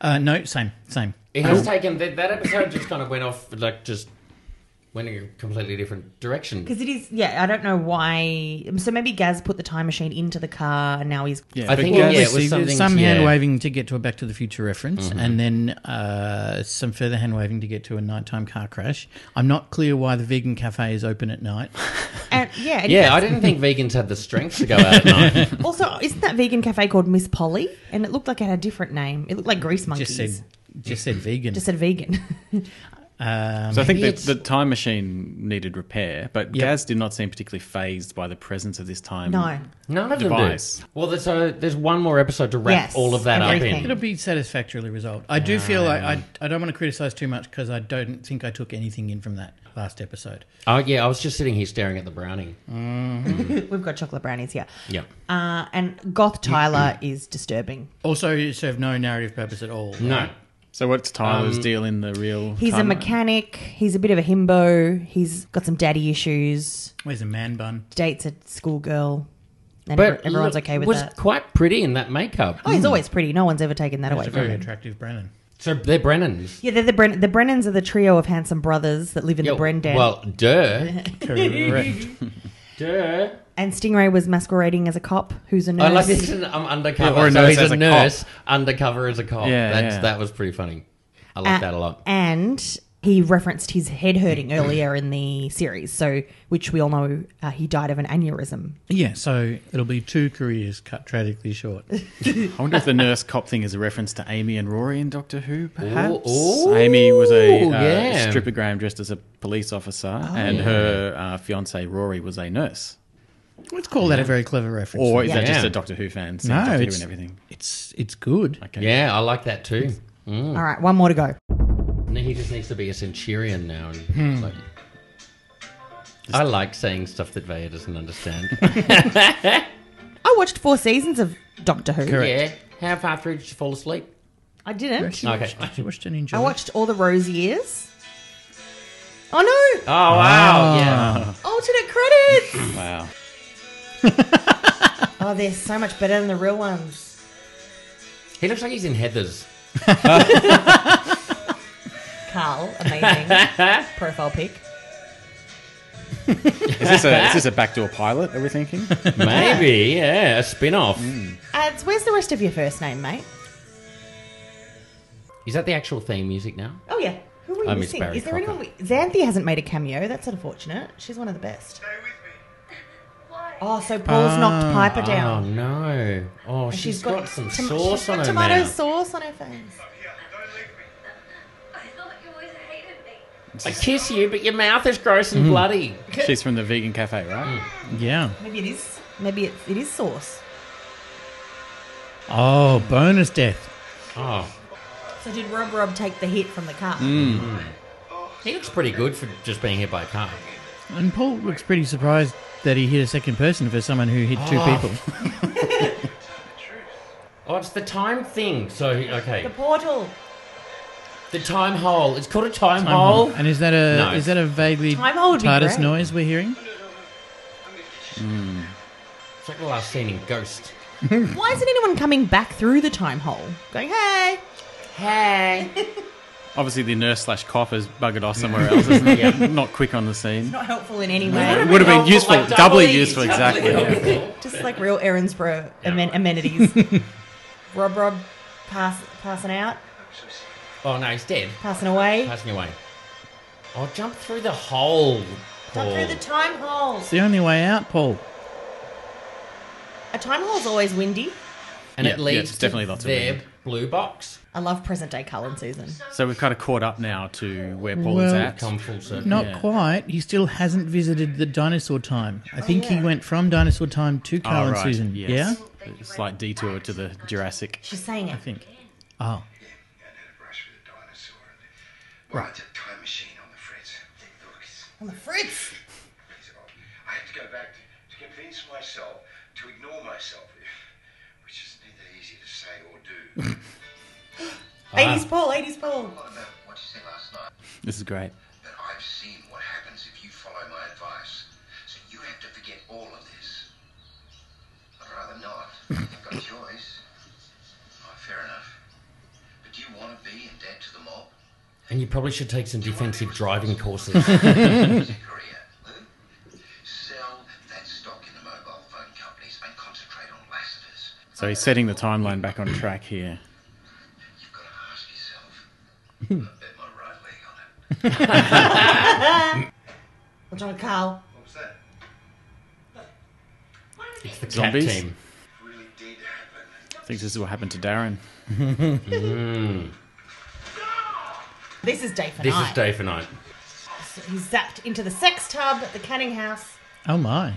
Uh, no, same, same.
It
Oh.
has taken that, that episode just kind of went off like just went in a completely different direction.
Because it is, yeah, I don't know why. So maybe Gaz put the time machine into the car and now he's.
Yeah,
I
but
think
Gaz-
yeah, it
So
was
there's
something
some
yeah. Mm-hmm.
hand waving to get to a Back to the Future reference, and then uh, some further hand waving to get to a nighttime car crash. I'm not clear why the vegan cafe is open at night.
And, yeah, and
Yeah, I didn't think vegans had the strength to go out at night.
Also, isn't that vegan cafe called Miss Polly? And it looked like it had a different name. It looked like Grease Monkeys.
Just said, just said vegan.
Just said vegan. Um,
So I think
Maybe
that the time machine needed repair, but Gaz did not seem particularly phased by the presence of this time.
no.
None of
Device.
them do. Well, there's, so there's one more episode to wrap
Yes,
all of that
everything.
up in.
It'll be satisfactorily resolved. I do feel like I, I don't want to criticize too much because I don't think I took anything in from that last episode.
Oh yeah, I was just sitting here staring at the brownie. Mm.
We've got chocolate brownies here.
Yeah.
Uh, and Goth Tyler is disturbing.
Also, it served no narrative purpose at all.
No.
So what's Tyler's deal in the real?
He's a
timeline?
mechanic. He's a bit of a himbo. He's got some daddy issues.
Where's a man bun?
Dates a schoolgirl. And
But
every- everyone's
look,
okay with
was
that.
quite pretty in that makeup.
Oh, he's always pretty. No one's ever taken that away
It's a
from
very
him.
attractive Brennan.
So they're Brennan's.
Yeah, they're the, Bren- the Brennans are the trio of handsome brothers that live in the Brendan.
Well, duh.
Correct.
duh.
and Stingray was masquerading as a cop who's a nurse.
I like this. is an- I'm undercover.
Yeah, or a
so
nurse
he's
as
a,
a
nurse, undercover as a cop.
Yeah,
That's,
yeah.
That was pretty funny. I like
A-
that a lot.
Uh, And he referenced his head hurting earlier in the series, so which we all know uh, he died of an aneurysm.
yeah, so it'll be two careers cut tragically short.
I wonder if the nurse cop thing is a reference to Amy and Rory in Doctor Who, perhaps.
ooh,
Amy was a uh,
yeah.
stripper Graham dressed as a police officer,
Oh.
and her uh, fiance Rory was a nurse.
Let's call that a very clever reference.
Or is
Yeah.
that just
Yeah.
a Doctor Who fan? seeing
no,
Doctor Who
it's,
and everything.
it's it's good.
Yeah, I like that too. Hmm.
All right, one more to go.
And he just needs to be a centurion now. And it's like- I like saying stuff that Vaya doesn't understand.
I watched four seasons of Doctor Who.
yeah. How far through did you fall asleep?
I didn't.
She
Okay.
watched, she watched and enjoyed.
I watched all the Rose years. Oh no!
Oh wow! Yeah.
Alternate credits.
Wow.
oh, they're so much better than the real ones.
He looks like he's in Heather's.
Carl, amazing profile pic.
Is this a, is this a backdoor pilot, are we thinking?
Maybe, yeah, a spin-off.
Ads, Uh, where's the rest of your first name, mate?
Is that the actual theme music now?
Oh yeah. Who are we
I miss
missing?
Barry
Is there
Crocker.
anyone? We- Xanthi hasn't made a cameo. That's unfortunate. She's one of the best.
Stay with me.
Why?
Oh, so Paul's knocked Piper
Oh
down.
no! Oh,
And
Ah, she's got, some
tom-
sauce
she's got
on her
tomato
mouth.
sauce on her face.
I'm here. Don't leave me.
I thought you always hated me.
I kiss you, but your mouth is gross and bloody.
She's from the vegan cafe, right?
Yeah.
Maybe it is. Maybe it's, it is sauce.
Oh, bonus death.
Oh,
So did Rob Rob take the hit from the car?
Mm. he looks pretty good for just being hit by a car.
And Paul looks pretty surprised that he hit a second person for someone who hit two
Oh.
people.
Oh, it's the time thing. So okay,
The portal.
the time hole. It's called a time,
Time
hole.
hole. And is that a
No.
is that a vaguely
Time hole would be
TARDIS
great.
noise we're hearing?
It's like the last scene in Ghost.
Why isn't anyone coming back through the time hole? Going, hey.
Hey.
Obviously, the nurse slash cop has buggered off somewhere else, isn't it? Not quick on the scene.
Not helpful in any way.
Would have been useful,
Like,
doubly useful, exactly. yeah.
Just like real Erinsborough amen- amenities. Rob Rob pass, passing out,
Oh no, he's dead.
passing away.
Passing away. Oh, jump through the hole.
Come
Paul.
through the time hole.
It's the only way out, Paul.
A time hole's always windy.
and
Yeah,
it
yeah,
leads
it's definitely
to
lots of
their
wind.
blue box.
I love present day Carl and Susan.
So we've kind of caught up now to where Paul is
Well,
at.
Come full circle.
Not
Yeah.
quite. He still hasn't visited the dinosaur time. I think
Oh, yeah.
he went from dinosaur time to
Oh,
Carl and
right,
Susan.
yes. A slight detour to the Jurassic.
She's saying
Yeah, I
it.
think. Oh,
Yeah, and had a brush with a dinosaur. And, well, it's a time machine on the fritz. Look, it's-
On the fritz.
it's all- I had to go back to, to convince myself to ignore myself, which is neither easy to say or do.
Eighties Paul, eighties Paul.
Well, no, what you said last night.
This is great.
But I've seen what happens if you follow my advice. So you have to forget all of this. I'd rather not. I've got a choice. Oh, fair enough. But do you want to be in debt to the mob?
And you probably should take some defensive driving courses.
Your career, Lou? Sell that stock in the mobile phone companies and concentrate on Lassiter's.
So he's setting the timeline back on track here.
You've got to
Hmm.
ask yourself. I bet my right leg on it.
Well, John Carl.
What was that?
The
Zombies?
cat team.
Really did happen.
Thinks this is what happened to Darren.
This is day for
This
night.
is day for night.
He's zapped into the sex tub at the Canning House.
Oh my.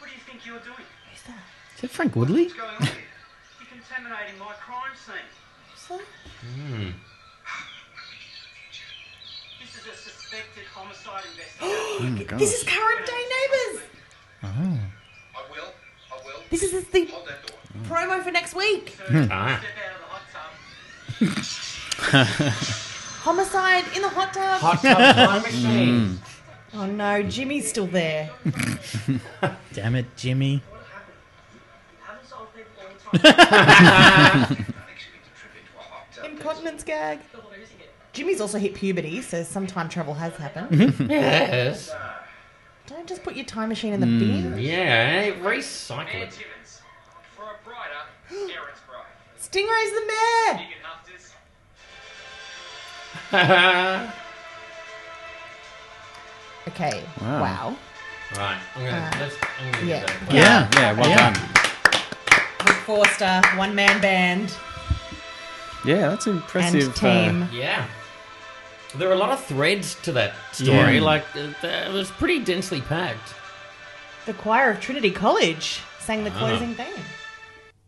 What do you think you're doing?
Who's that?
Is that Frank Woodley?
What's going on here? You're contaminating my crime scene.
Who's that?
This is a suspected homicide investigation.
Oh my god.
This is current day neighbours.
I will. I will.
This is the
Hold that door.
promo for next week.
Ah.
Step out of the hot tub.
Homicide in the hot tub.
Hot tub time machine.
Oh no, Jimmy's still there.
Damn it, Jimmy.
Haven't solved people all the time.
Incontinence gag. Jimmy's also hit puberty, so some time travel has happened.
Yes.
Don't just put your time machine in the bin.
Yeah, recycle
And
it.
Timmins. For a brighter, Aaron's bride.
Stingray's the mayor.
You can huff this.
right,
Okay. Wow.
Wow.
I'm gonna, let's, I'm gonna
yeah.
do that.
Yeah, yeah, well
Yeah.
done.
Rick Forster, one man band
Yeah, that's
and
impressive.
team.
uh,
Yeah. There are a lot of threads to that story.
Yeah.
Like, uh, th- it was pretty densely packed.
the choir of Trinity College sang
Ah.
the closing theme.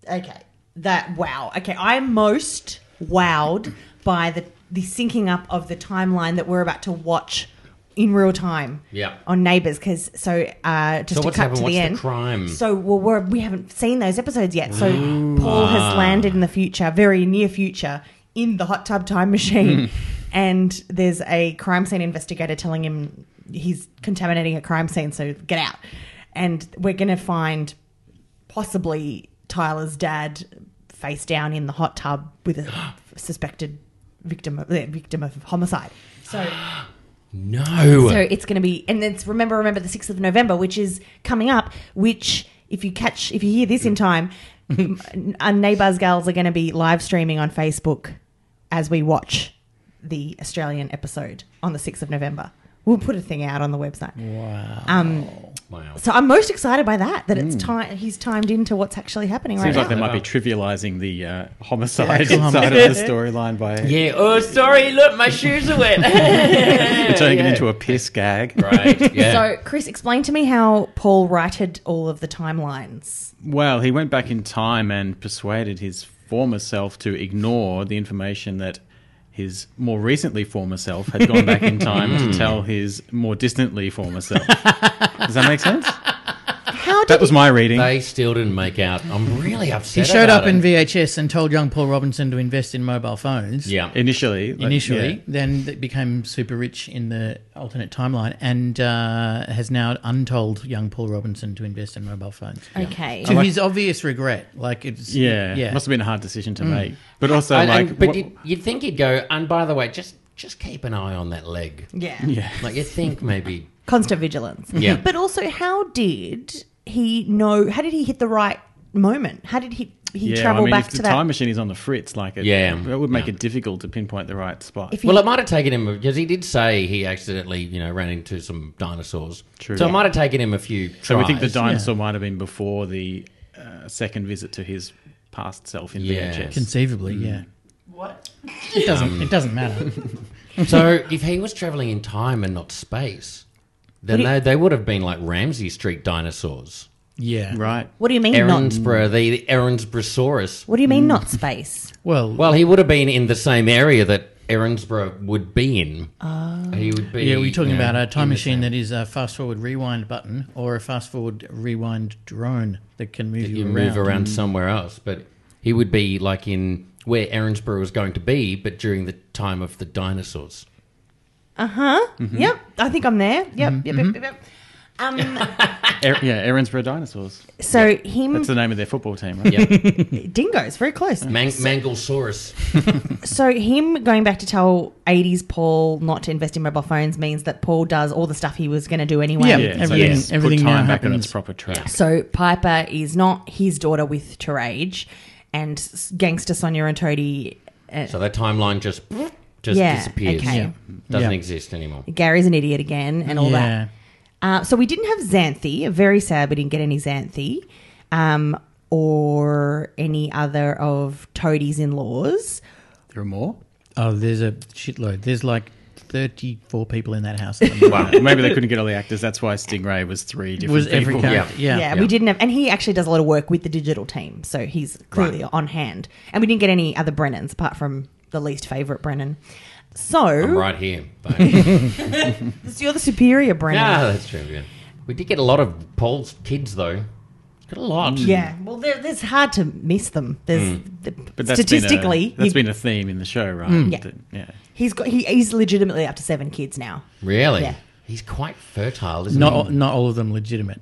Okay, that wow. Okay, I'm most wowed by the the syncing up of the timeline that we're about to watch in real time.
Yeah.
on Neighbours because so uh, just
So
to
what's
cut
happened?
to the
What's the
end.
crime?
So well, we're, we haven't seen those episodes yet. So Paul has landed in the future, very near future, in the hot tub time machine, and there's a crime scene investigator telling him he's contaminating a crime scene, so get out. And we're gonna find possibly Tyler's dad face down in the hot tub with a suspected victim of, uh, victim of homicide. So.
No.
So it's going to be, and it's remember, remember the sixth of November, which is coming up. Which, if you catch, if you hear this in time, m- our neighbours gals are going to be live streaming on Facebook as we watch the Australian episode on the sixth of November. We'll put a thing out on the website.
Wow.
Um,
wow.
so I'm most excited by that. That it's time. He's timed into what's actually happening right
Hmm. Seems
now.
like they might be trivializing the uh, homicide
Yeah,
inside
homicide.
of the storyline by
Yeah. Oh, sorry. Look, my shoes are wet.
turning
Yeah.
it into a piss gag.
right. Yeah.
So, Chris, explain to me how Paul righted all of the timelines.
Well, he went back in time and persuaded his former self to ignore the information that his more recently former self had gone back in time to tell his more distantly former self. Does that make sense?
How did
That was my reading.
they still didn't make out. I'm really
He
upset.
showed
about
up in
it.
VHS and told young Paul Robinson to invest in mobile phones.
Yeah.
Initially. like,
Initially,
yeah.
then it became super rich in the alternate timeline, and uh, has now untold young Paul Robinson to invest in mobile phones.
Okay.
To his obvious regret, like it's
Yeah,
yeah.
must have been a hard decision to make. But also,
And-
like,
and- but
what-
you'd, you'd think he'd go. And by the way, just just keep an eye on that leg.
Yeah.
yeah,
Like you think maybe.
constant vigilance.
Yeah.
But also, how did he know? How did he hit the right moment? How did he he
yeah.
travel
I mean,
back
if
to
the
that?
time machine is on the fritz, like, it,
Yeah.
that would make
Yeah.
it difficult to pinpoint the right spot.
if he,
Well, it might have taken him because he did say he accidentally, you know, ran into some dinosaurs.
True.
So it
Yeah.
might have taken him a few. Tries.
So we think the dinosaur might have been before the uh, second visit to his past self in
Yeah.
VHS.
conceivably, yeah. What? It doesn't. it doesn't matter.
So if he was traveling in time and not space, then they, they would have been like Ramsey Street dinosaurs.
yeah.
right.
what do you mean not?
Erinsborough, the, the Erinsbrosaurus.
What do you mean
Mm.
not space?
Well,
Well, he would have been in the same area that Erinsborough would be in. Oh. He would be.
yeah, we're talking
you know,
about a time
in the
machine
same-
that is a fast forward rewind button or a fast forward rewind drone that can move you,
you
around.
move around somewhere else, but he would be like in where Erinsborough was going to be, but during the time of the dinosaurs.
Mm-hmm.
Yep, I think I'm there. Yep, yep, yep, yep, yep. Um,
Er- Mm-hmm. yeah, Erinsborough Dinosaurs.
so him,
That's the name of their football team, right?
dingoes, very close.
Mang- Manglesaurus.
So him going back to tell 80s Paul not to invest in mobile phones means that Paul does all the stuff he was going to do anyway.
Yeah.
Yeah, so
Everything-
it's put
everything
time
now
back on its
happens-
proper track.
So Piper is not his daughter with Terage, and s- gangster Sonia and Toadie. Uh,
So that timeline just just
Yeah,
disappears.
okay. Yeah.
Doesn't
Yeah.
exist anymore.
Gary's an idiot again, and all that. Uh, so we didn't have Xanthi. Very sad we didn't get any Xanthi um, or any other of Toadie's in laws.
There are more.
Oh, there's a shitload. There's like 34 people in that house. At the moment.
Wow, maybe they couldn't get all the actors. That's why Stingray was three
it
different
was
people.
every character. Yeah.
Yeah, we didn't have, and he actually does a lot of work with the digital team, so he's clearly on hand. And we didn't get any other Brennans apart from the least favorite Brennan. So
I'm right here. But,
so you're the superior Brennan.
yeah, that's true. Yeah. We did get a lot of Paul's kids, though. Mm. Got a lot.
Yeah, well, there, there's hard to miss them. There's the,
Hmm. But that's
statistically,
been a, that's
he,
been a theme in the show, right?
Yeah.
That- yeah.
has got he, he's legitimately up to seven kids now.
Really?
Yeah.
He's quite fertile, isn't
Not, all- not all of them legitimate.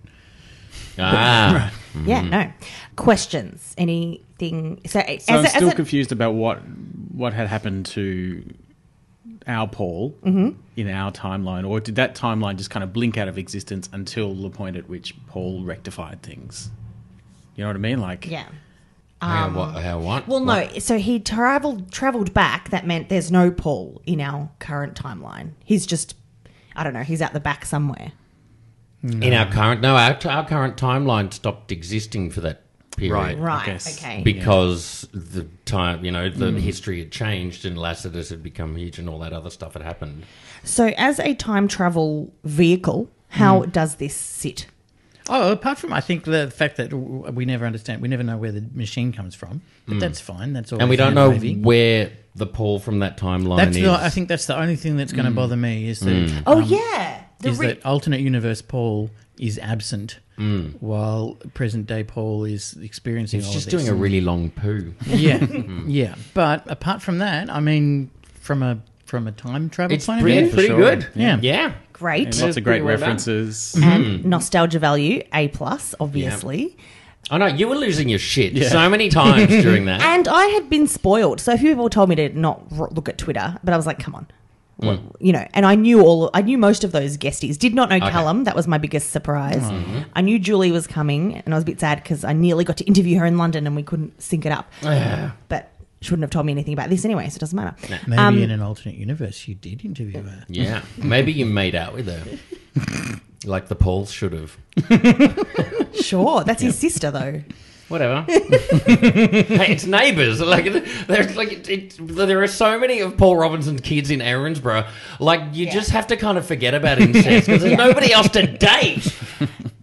he? Ah.
Yeah,
Hmm.
no questions, anything. So,
So
as,
I'm
a,
still
as a,
confused about what what had happened to our Paul
Mm-hmm.
in our timeline, or did that timeline just kind of blink out of existence until the point at which Paul rectified things? You know what I mean? Like,
yeah.
Hang on, what, how what?
Um, Well,
What?
no. So he traveled traveled back. That meant there's no Paul in our current timeline. He's just, I don't know. He's out the back somewhere.
In our current, no, our, our current timeline stopped existing for that period.
Right.
Right.
guess.
Okay.
Because the time, you know,
Mm.
the history had changed and Lassiter's had become huge and all that other stuff had happened.
so as a time travel vehicle, how does this sit?
Oh, apart from I think the fact that w- we never understand, we never know where the machine comes from. But that's fine. That's all.
And we don't know where the Paul from that timeline
That's
is.
the, I think that's the only thing that's
Mm.
going to bother me is that
Oh yeah, the
is
re-
that alternate universe Paul is absent while present day Paul is experiencing
Mm. He's
all
just
of
doing
this.
a Mm. really long poo.
yeah, yeah. But apart from that, I mean, from a from a time travel
It's
point
pretty,
of view,
pretty
sure.
good.
Yeah.
Yeah.
great.
and lots of
pretty
great
well done.
references.
and nostalgia value a plus obviously
I know, Oh, you were losing your shit so many times during that.
and i had been spoiled so a few people told me to not r- look at twitter but i was like come on
Hmm.
What- you know and i knew all i knew most of those guesties did not know callum that was my biggest surprise
Hmm.
i knew julie was coming and i was a bit sad because i nearly got to interview her in london and we couldn't sync it up but shouldn't have told me anything about this anyway so it doesn't matter
Maybe
Um,
in an alternate universe, you did interview her.
Yeah. Maybe you made out with her. like the Pauls should have.
sure that's his sister though
Whatever. hey, it's neighbours. Like there's like it, it, there are so many of Paul Robinson's kids in Erinsborough. Like you just have to kind of forget about incest because there's nobody else to date.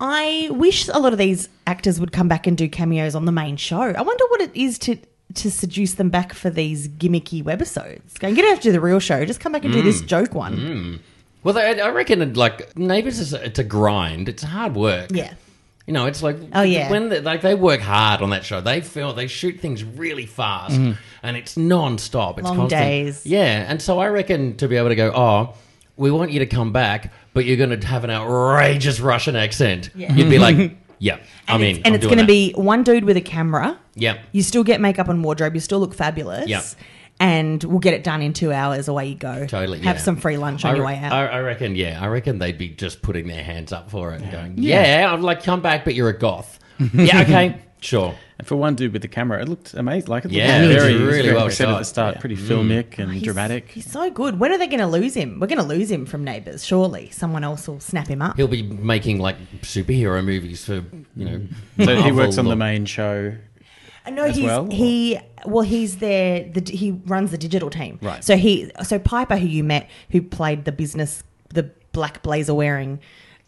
I wish a lot of these actors would come back and do cameos on the main show. I wonder what it is to to seduce them back for these gimmicky webisodes. Going, you don't have to do the real show. Just come back and do
Mm.
this joke one.
Well, I, I reckon like neighbours is it's a grind. It's hard work.
Yeah.
You know, it's like
Oh, yeah.
when they, like they work hard on that show. They feel they shoot things really fast, and it's non-stop. It's
Long
constant.
days.
Yeah, and so I reckon to be able to go, oh, we want you to come back, but you're going to have an outrageous Russian accent.
Yeah.
You'd be like, yeah, I
And
mean,
it's, and it's going to be one dude with a camera.
yeah,
You still get makeup and wardrobe. You still look fabulous.
Yeah.
And we'll get it done in two hours. Away you go.
totally.
Have
yeah.
some free lunch on
I,
your
re-
way out.
I, I reckon, yeah, I reckon they'd be just putting their hands up for it and going, yeah, I'd like come back, but you're a goth. yeah, okay, sure.
And for one dude with the camera, it looked amazing. Like it looked
Yeah,
very,
it was
very,
really well
set at
shot. Mm.
the start, pretty filmic and
He's-
dramatic.
He's so good. When are they going to lose him? We're going to lose him from Neighbours, surely. Someone else will snap him up.
He'll be making like superhero movies for you know.
so he works
Marvel
on the
or-
main show.
No,
as
he's
well, or-
he well he's there. The, he runs the digital team.
Right.
So he so Piper, who you met, who played the business, the black blazer wearing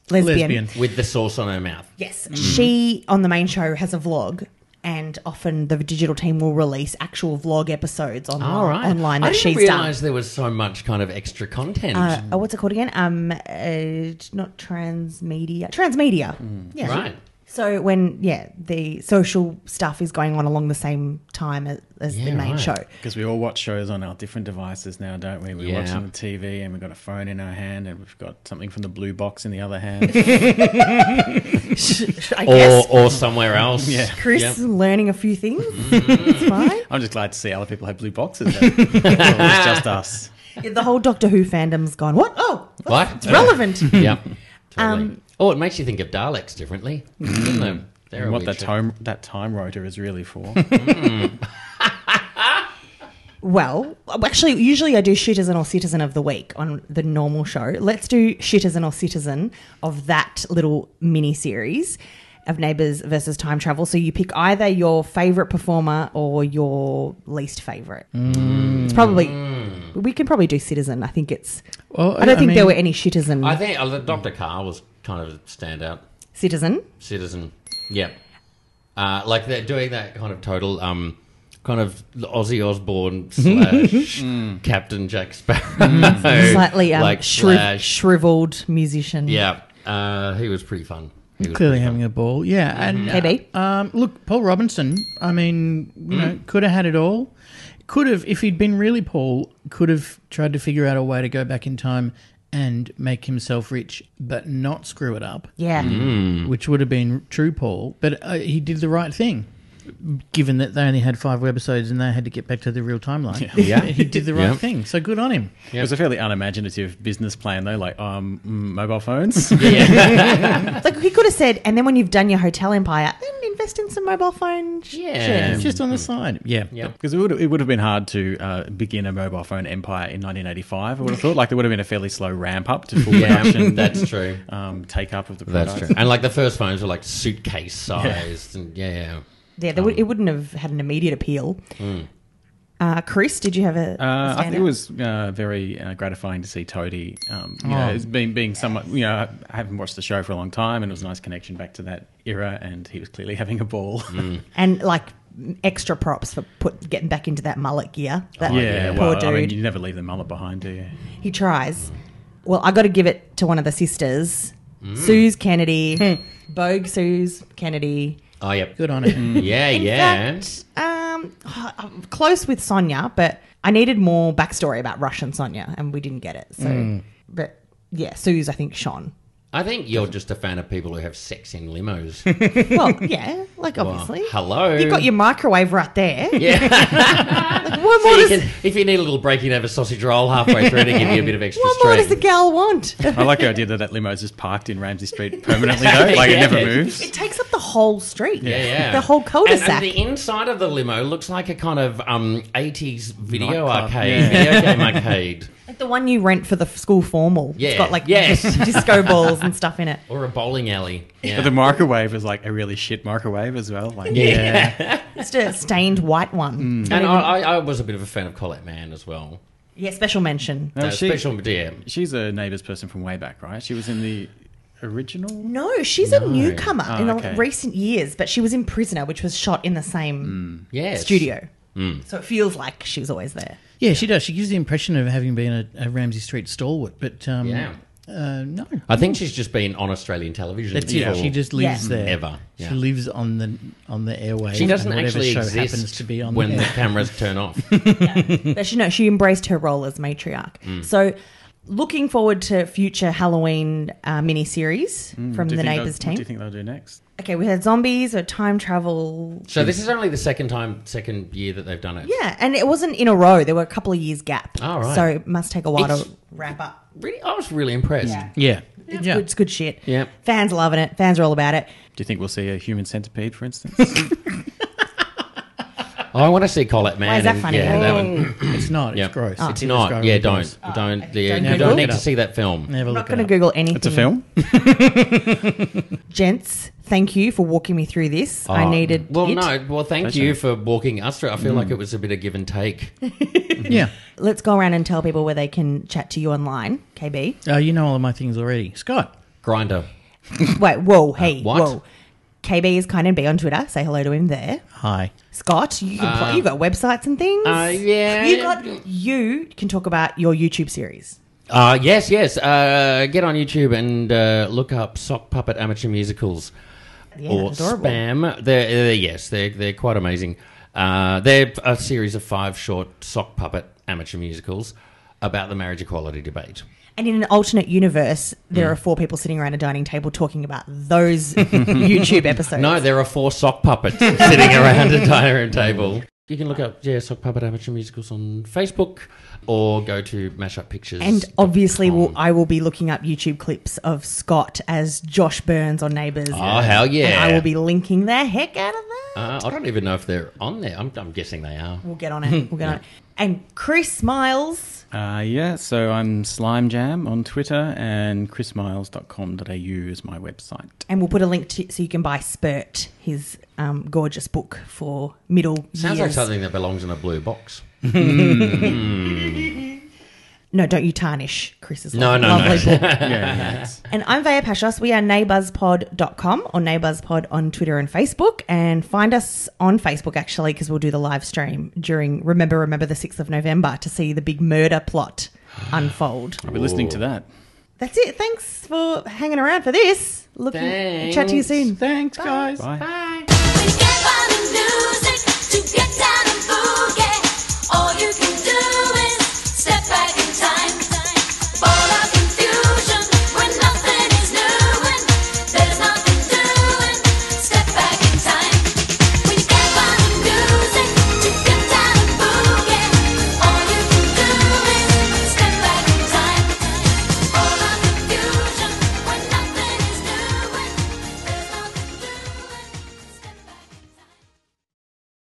lesbian.
Lesbian.
with the sauce on her mouth.
Yes, she on the main show has a vlog, and often the digital team will release actual vlog episodes on online
I
Oh, that
didn't
she's
realize
done.
there was so much kind of extra content.
Uh, oh, what's it called again? Um, uh, it's not transmedia. Transmedia. Yeah.
Hmm. right.
So when yeah, the social stuff is going on along the same time as, as the
Yeah,
main
right.
show.
Because we all watch shows on our different devices now, don't we? We're
Yeah.
watching the TV and we've got a phone in our hand and we've got something from the blue box in the other hand.
I
or
guess
or somewhere else.
Yeah.
Chris
Yep.
learning a few things. it's fine.
I'm just glad to see other people have blue boxes. then. it's just us.
Yeah, the whole Doctor Who fandom's gone. What? Oh,
What?
It's relevant.
yeah. Totally.
Um,
oh, it makes you think of Daleks differently. doesn't it? They're
And
a
what
weird
that
show.
time that time rotor is really for.
Well, actually, usually I do Citizen or Citizen of the Week on the normal show. Let's do Citizen or Citizen of that little mini series of Neighbours versus Time Travel. So you pick either your favourite performer or your least favourite.
Mm.
It's probably, we can probably do Citizen. I think it's,
Well,
I don't think there
mean,
were any Citizen.
I think uh, Dr. Carr was kind of a standout
Citizen.
citizen. Yeah. Uh, like they're doing that kind of total, um, kind of Ozzy Osbourne slash Captain Jack Sparrow.
Slightly um,
like
shriv-
slash-
shriveled musician.
Yeah. Uh, he was pretty fun. He was
Clearly
pretty
having a ball, yeah. And
KB.
Um, look, Paul Robinson. I mean, you know,
Mm.
could have had it all. Could have, if he'd been really Paul, could have tried to figure out a way to go back in time and make himself rich, but not screw it up,
Yeah.
Mm.
Mm.
which would have been true Paul. But uh, he did the right thing, given that they only had five webisodes and they had to get back to the real timeline.
Yeah.
he did the right
Yeah.
thing. So good on him.
It was a fairly unimaginative business plan, though. Like um, mm, mobile phones.
Like he could have said, and then when you've done your hotel empire, then invest in some mobile phone. sh-
Yeah.
shares."
Just on
Mm.
the side, yeah.
Yeah.
Because it would it would have been hard to uh, begin a mobile phone empire in 1985. I would have thought like there would have been a fairly slow ramp up to full
Yeah,
production.
that's true.
um, take up of the product.
That's true. And like the first phones were like suitcase sized, and yeah, yeah.
Yeah, they would, it wouldn't have had an immediate appeal.
Mm.
Uh, Chris, did you have a?
Uh,
a
I think it
standout?
was uh, very uh, gratifying to see Toadie. Um,
Oh.
you know, it's been being somewhat, you know, I haven't watched the show for a long time, and it was a nice connection back to that era. And he was clearly having a ball.
Mm.
and like extra props for put getting back into that mullet gear. That poor
Oh, well,
dude.
I mean, you never leave the mullet behind, do you?
he tries. Well, I got to give it to one of the sisters,
Mm.
Suze Kennedy, Bogue Suze Kennedy.
Oh, yeah.
Good on him.
Yeah, yeah.
Um, I'm close with Sonia, but I needed more backstory about Russian Sonia, and we didn't get it. So, but yeah, Suze, I think Sean.
I think you're just a fan of people who have sex in limos. Oh,
Well, yeah, like obviously.
Hello.
You got your microwave right there.
Yeah.
Like, what
So
more,
you
does,
can, if you need a little break, you can have a sausage roll halfway through to give you a bit of extra
what more does the
strength.
gal want?
I like the idea that that limo's just parked in Ramsey Street permanently, though. Like it never
Yeah.
moves.
it takes up the whole street.
Yeah, yeah.
The whole cul-de-sac.
And, and the inside of the limo looks like a kind of um, 80s video
Nightclub.
arcade, video game arcade,
like the one you rent for the f- school formal.
Yeah,
It's got like
yes.
disco balls and stuff in it.
or a bowling alley. Yeah.
But the microwave is like a really shit microwave as well. Like,
Just a stained white one.
and I, I, I was a bit of a fan of Colette Mann as well.
Yeah, special mention.
No,
Oh,
Uh,
she-
special DM.
She's a neighbours person from way back, right? She was in the original.
No, she's a newcomer
Oh,
in the
okay.
recent years, but she was in Prisoner, which was shot in the
Mm.
same
Yes.
studio. So it feels like she was always there.
Yeah, she does. She gives the impression of having been a, a Ramsey Street stalwart, but um,
Yeah.
uh, no,
I think she's just been on Australian television.
that's
for
it. She just lives
Yeah.
there
Ever, yeah.
She lives on the on the airwaves.
She doesn't
and whatever
actually
show
exist
happens to be on
when
the
the
air.
cameras turn off.
But she no, she embraced her role as matriarch.
Mm.
So looking forward to future Halloween uh, miniseries from
Do you
the
think they'll-
Neighbours
Mm. What do you
team.
think they'll do next?
Okay, we had zombies or time travel.
So this is only the second time, second year that they've done it.
Yeah, and it wasn't in a row. There were a couple of years gap.
Oh, right.
So it must take a while
It's-
to wrap up.
Really, I was really impressed.
Yeah.
yeah,
It's,
yeah.
good, it's good shit.
Yeah.
Fans loving it. Fans are all about it.
Do you think we'll see a human centipede, for instance?
Oh, I want to see Colette Man.
Why is that
and-
funny?
Yeah, that one.
It's not.
Yeah.
Oh. It's gross.
It's
indescribably
not. Yeah,
gross.
don't, don't,
Oh,
okay.
yeah,
Don't
you
Google
don't
it.
need to see that film.
Never
I'm not
look
going to
it up.
Google anything.
it's a film.
Gents, thank you for walking me through this. I
Oh,
needed.
Well,
it.
no. Well, thank
Pleasure.
you for walking us through. I feel
Mm.
like it was a bit of give and take.
Yeah,
Let's go around and tell people where they can chat to you online, KB.
uh, you know all of my things already, Scott.
Grinder.
Wait, whoa, hey,
Uh, what?
whoa. KB is kind and be on Twitter. Say hello to him there.
Hi.
Scott, you can pl- you got websites and things.
uh, yeah.
You got you can talk about your YouTube series.
Uh, yes, yes. Uh, get on YouTube and uh, look up Sock Puppet Amateur Musicals.
Yeah,
or
adorable.
spam. They're, they're- yes, they're they're quite amazing. Uh, they're a series of five short sock puppet amateur musicals about the marriage equality debate.
And in an alternate universe,
Hmm.
there are four people sitting around a dining table talking about those YouTube episodes.
No, there are four sock puppets sitting around a dining table.
Mm-hmm.
You can look up yeah sock puppet amateur musicals on Facebook or go to mashup pictures.
And obviously, we'll, I will be looking up YouTube clips of Scott as Josh Burns on Neighbours.
Oh, hell yeah.
And I will be linking the heck out of that.
uh, I don't even know if they're on there. I'm, I'm guessing they are.
We'll get on it. We'll get on it. And Chris Miles,
Uh, yeah, so I'm Slime Jam on Twitter and chrismiles.com.au is my website.
and we'll put a link to so you can buy Spurt, his um, gorgeous book for middle
Sounds like
years.
something that belongs in a blue box.
No, don't you tarnish Chris's
No, no,
lovely
no.
book. And I'm Vaya Pashos. We are neighbourspod.com or neighbourspod on Twitter and Facebook. And find us on Facebook, actually, because we'll do the live stream during Remember, Remember the 6th of November to see the big murder plot unfold.
I'll be listening to that.
That's it. Thanks for hanging around for this. Looking, Chat to you soon.
Thanks, guys.
We step on the music to get down and boogie. All you can do is